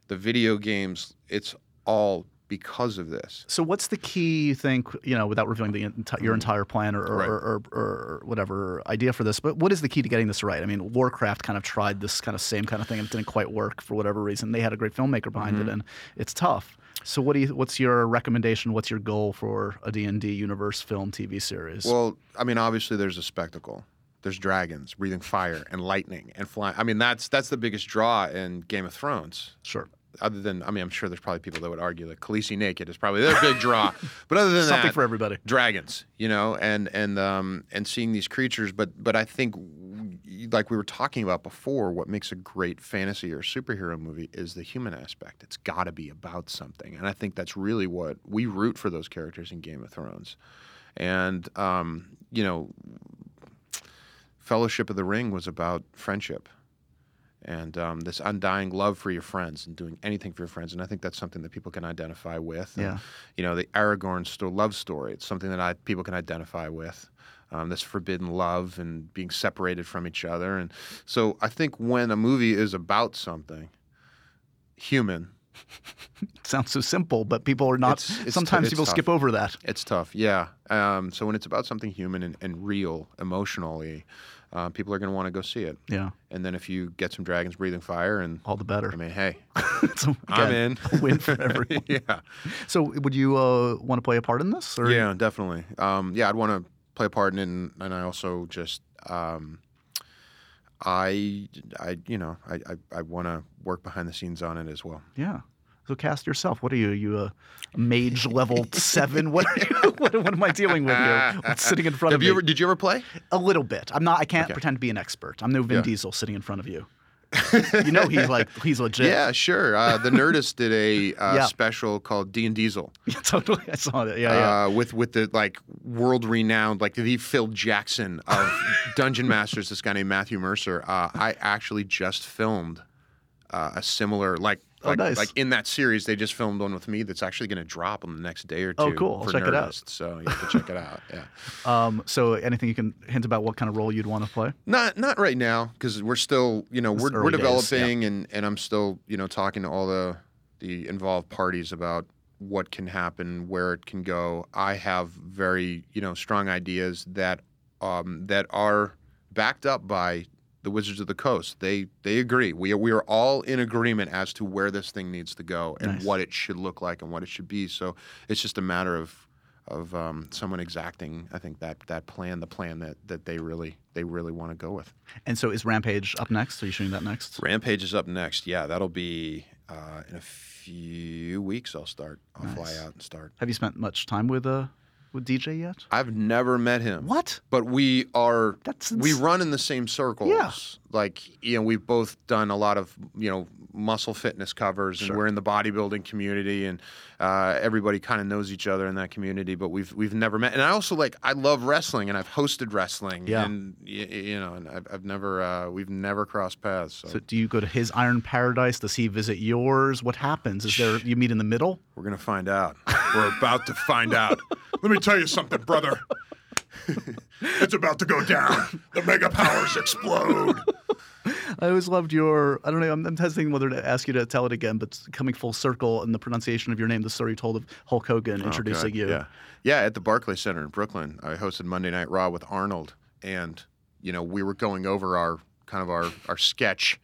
Speaker 5: the video games, it's all because of this.
Speaker 1: So what's the key you think, you know, without revealing the enti- your entire plan or or,
Speaker 5: Mm-hmm. Right.
Speaker 1: or, or or whatever idea for this, but what is the key to getting this right? I mean, Warcraft kind of tried this kind of same kind of thing and it didn't quite work for whatever reason. They had a great filmmaker behind
Speaker 5: Mm-hmm.
Speaker 1: it and it's tough. So what do you what's your recommendation? What's your goal for a D&D universe film TV series?
Speaker 5: Well, I mean, obviously there's a spectacle. There's dragons breathing fire and lightning and flying. I mean, that's that's the biggest draw in Game of Thrones.
Speaker 1: sure.
Speaker 5: Other than, I mean, I'm sure there's probably people that would argue that Khaleesi naked is probably their big draw. But other than
Speaker 1: Something
Speaker 5: that,
Speaker 1: for everybody.
Speaker 5: dragons, you know, and and um and seeing these creatures. But but I think, like we were talking about before, what makes a great fantasy or superhero movie is the human aspect. It's got to be about something, and I think that's really what we root for those characters in Game of Thrones, and um, you know, Fellowship of the Ring was about friendship and um, this undying love for your friends and doing anything for your friends. And I think that's something that people can identify with. And,
Speaker 1: Yeah.
Speaker 5: You know, the Aragorn sto- love story. It's something that I, people can identify with. Um, this forbidden love and being separated from each other. And so I think when a movie is about something human,
Speaker 1: sounds so simple, but people are not.
Speaker 5: It's- it's-
Speaker 1: sometimes
Speaker 5: it's
Speaker 1: people
Speaker 5: tough.
Speaker 1: skip over that.
Speaker 5: It's tough, yeah. Um, so when it's about something human and, and real emotionally, uh, people are going to want to go see it.
Speaker 1: Yeah,
Speaker 5: And then if you get some dragons breathing fire, and
Speaker 1: all the better.
Speaker 5: I mean, hey,
Speaker 1: So,
Speaker 5: I'm
Speaker 1: again,
Speaker 5: in.
Speaker 1: Win for everyone.
Speaker 5: yeah,
Speaker 1: So, would you uh, want to play a part in this? Or?
Speaker 5: yeah, definitely. Um, yeah, I'd want to play a part in it, and, and I also just, um, I, I, you know, I, I, I want to work behind the scenes on it as well.
Speaker 1: Yeah. So cast yourself. What are you? Are you a mage level seven? What are you? What, what am I dealing with here? What's sitting in front
Speaker 5: Have
Speaker 1: of
Speaker 5: you
Speaker 1: me?
Speaker 5: ever? Did you ever play?
Speaker 1: a little bit. I'm not. I can't
Speaker 5: Okay.
Speaker 1: pretend to be an expert. I'm no Vin
Speaker 5: Yeah.
Speaker 1: Diesel sitting in front of you. you know he's like he's legit.
Speaker 5: Yeah, sure. Uh, the Nerdist did a uh,
Speaker 1: Yeah.
Speaker 5: special called D and Diesel.
Speaker 1: Yeah, totally. I saw that. Yeah, yeah.
Speaker 5: uh, with with the like world renowned like the Phil Jackson of Dungeon Masters. This guy named Matthew Mercer. Uh, I actually just filmed uh, a similar like.
Speaker 1: Oh,
Speaker 5: Like,
Speaker 1: nice.
Speaker 5: like in that series, they just filmed one with me that's actually going to drop on the next day or two.
Speaker 1: Oh, cool. I'll
Speaker 5: For
Speaker 1: check it out.
Speaker 5: Nerdist, So you have to check it out. Yeah.
Speaker 1: Um, so anything you can hint about what kind of role you'd want to play?
Speaker 5: Not not right now because we're still you know
Speaker 1: It's
Speaker 5: we're, we're
Speaker 1: early days,
Speaker 5: developing and and I'm still you know talking to all the the involved parties about what can happen, where it can go. I have very you know strong ideas that um, that are backed up by the Wizards of the Coast. They they agree. We are, we are all in agreement as to where this thing needs to go and
Speaker 1: Nice.
Speaker 5: what it should look like and what it should be. So it's just a matter of of um, someone exacting. I think that that plan, the plan that that they really they really want to go with.
Speaker 1: And so is Rampage up next? Are you shooting that next?
Speaker 5: Rampage is up next. Yeah, that'll be uh, in a few weeks. I'll start. I'll fly
Speaker 1: Nice.
Speaker 5: out and start.
Speaker 1: Have you spent much time with uh with DJ yet?
Speaker 5: I've never met him.
Speaker 1: What?
Speaker 5: But we are
Speaker 1: That's
Speaker 5: we
Speaker 1: ins-
Speaker 5: run in the same circles.
Speaker 1: Yeah.
Speaker 5: Like you know, we've both done a lot of you know muscle fitness covers, and
Speaker 1: Sure.
Speaker 5: we're in the bodybuilding community, and uh, everybody kind of knows each other in that community. But we've we've never met. And I also like I love wrestling, and I've hosted wrestling,
Speaker 1: Yeah.
Speaker 5: and y- y- you know, and I've, I've never uh, we've never crossed paths. So,
Speaker 1: So do you go to his Iron Paradise? Does he visit yours? What happens? Is there you meet in the middle?
Speaker 5: we're gonna find out. we're about to find out. Let me tell you something, brother. it's about to go down. The mega powers explode.
Speaker 1: I always loved your. I don't know. I'm, I'm hesitating whether to ask you to tell it again, but coming full circle in the pronunciation of your name, the story you told of Hulk Hogan introducing
Speaker 5: Oh, God,
Speaker 1: you.
Speaker 5: Yeah. Yeah, at the Barclay Center in Brooklyn, I hosted Monday Night Raw with Arnold and you know, we were going over our kind of our our sketch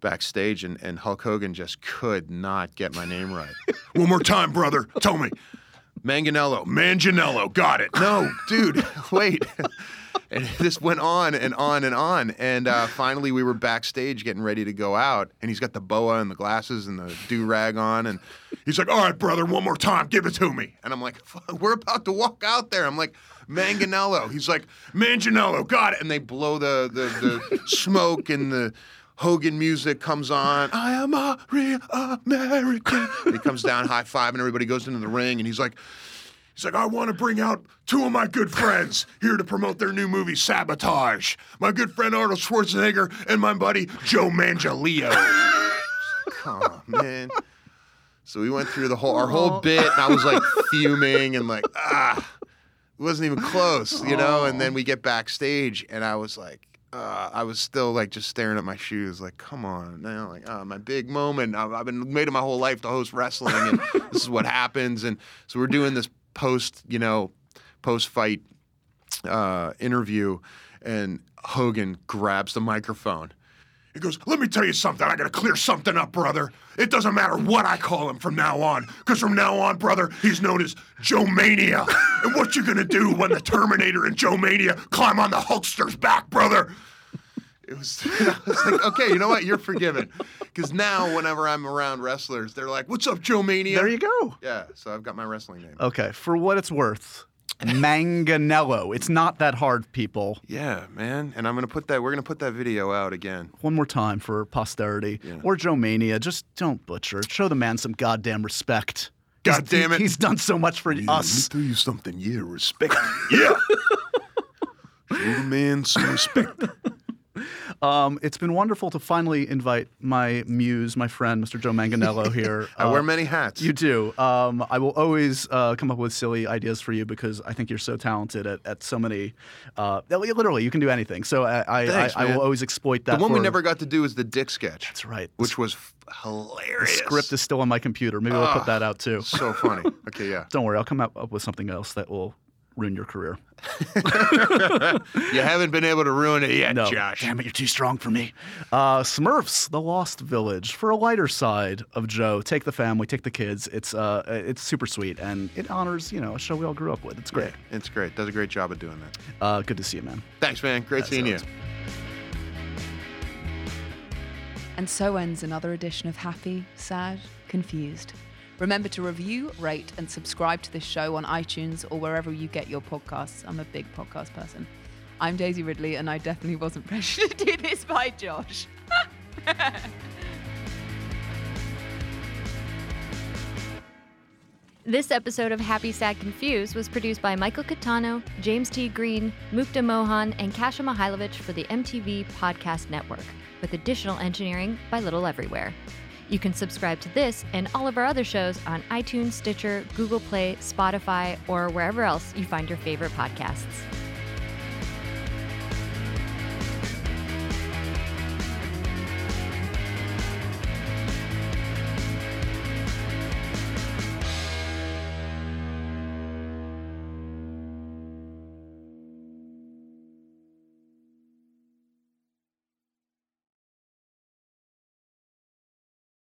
Speaker 5: backstage and, and Hulk Hogan just could not get my name right. One more time, brother. Tell me. Manganello. Manganello. Got it. No, dude, wait. And this went on and on and on. And uh, finally, we were backstage getting ready to go out. And he's got the boa and the glasses and the do rag on. And he's like, All right, brother, one more time. Give it to me. And I'm like, "Fuck, We're about to walk out there. I'm like, Manganello. He's like, Manganello. Got it. And they blow the, the, the smoke and the. Hogan music comes on. I am a real American. And he comes down, high five, and everybody goes into the ring, and he's like, He's like, I want to bring out two of my good friends here to promote their new movie, Sabotage. My good friend Arnold Schwarzenegger and my buddy Joe Manganiello. Come on, man. So we went through the whole our whole bit, and I was like fuming and like, ah, it wasn't even close, you know. And then we get backstage, and I was like, uh, I was still like just staring at my shoes, like, come on now, like, ah, my big moment. I've, I've been made it my whole life to host wrestling, and this is what happens. And so we're doing this post, you know, post fight uh, interview, and Hogan grabs the microphone. He goes, Let me tell you something. I got to clear something up, brother. It doesn't matter what I call him from now on, because from now on, brother, he's known as Joe Mania. and what you going to do when the Terminator and Joe Mania climb on the Hulkster's back, brother? It was, I was like, okay, you know what? You're forgiven. Because now, whenever I'm around wrestlers, they're like, What's up, Joe Mania?
Speaker 1: There you Oh. go.
Speaker 5: yeah, so I've got my wrestling name.
Speaker 1: Okay. For what it's worth, Manganello. It's not that hard, people.
Speaker 5: Yeah, man. And I'm gonna put that. We're gonna put that video out again.
Speaker 1: One more time for posterity or Joe Mania. Just don't butcher it. Show the man some goddamn respect.
Speaker 5: God
Speaker 1: He's- he-
Speaker 5: damn it. Mm-hmm.
Speaker 1: He's done so much for us.
Speaker 5: tell you something. Yeah, respect. yeah. Show the man some respect.
Speaker 1: Um, it's been wonderful to finally invite my muse, my friend, Mr. Joe Manganello here.
Speaker 5: I wear many hats.
Speaker 1: You do. Um, I will always uh, come up with silly ideas for you because I think you're so talented at, at so many. Uh, literally, you can do anything. So I I,
Speaker 5: Thanks,
Speaker 1: I, I
Speaker 5: man.
Speaker 1: will always exploit that.
Speaker 5: the one we
Speaker 1: for-
Speaker 5: never got to do is the dick sketch.
Speaker 1: That's right.
Speaker 5: Which was f- hilarious.
Speaker 1: the script is still on my computer. Maybe we'll put that
Speaker 5: Ah.
Speaker 1: out too.
Speaker 5: so funny. Okay, yeah.
Speaker 1: Don't worry, I'll come up, up with something else that will ruin your career.
Speaker 5: You haven't been able to ruin it yet,
Speaker 1: No,
Speaker 5: Josh.
Speaker 1: damn it, you're too strong for me. Uh, Smurfs: The Lost Village for a lighter side of Joe. Take the family, take the kids. It's uh, it's super sweet, and it honors you know a show we all grew up with. It's great.
Speaker 5: It's great. Does a great job of doing that.
Speaker 1: Uh, good to see you, man.
Speaker 5: Thanks, man. Great
Speaker 1: That
Speaker 5: seeing you.
Speaker 1: sounds-
Speaker 6: And so ends another edition of Happy, Sad, Confused. Remember to review, rate, and subscribe to this show on iTunes or wherever you get your podcasts. I'm a big podcast person. I'm Daisy Ridley, and I definitely wasn't pressured to do this by Josh.
Speaker 7: This episode of Happy Sad Confused was produced by Michael Catano, James T. Green, Mukta Mohan, and Kasia Mihailovich for the MTV Podcast Network, with additional engineering by Little Everywhere. You can subscribe to this and all of our other shows on iTunes, Stitcher, Google Play, Spotify, or wherever else you find your favorite podcasts.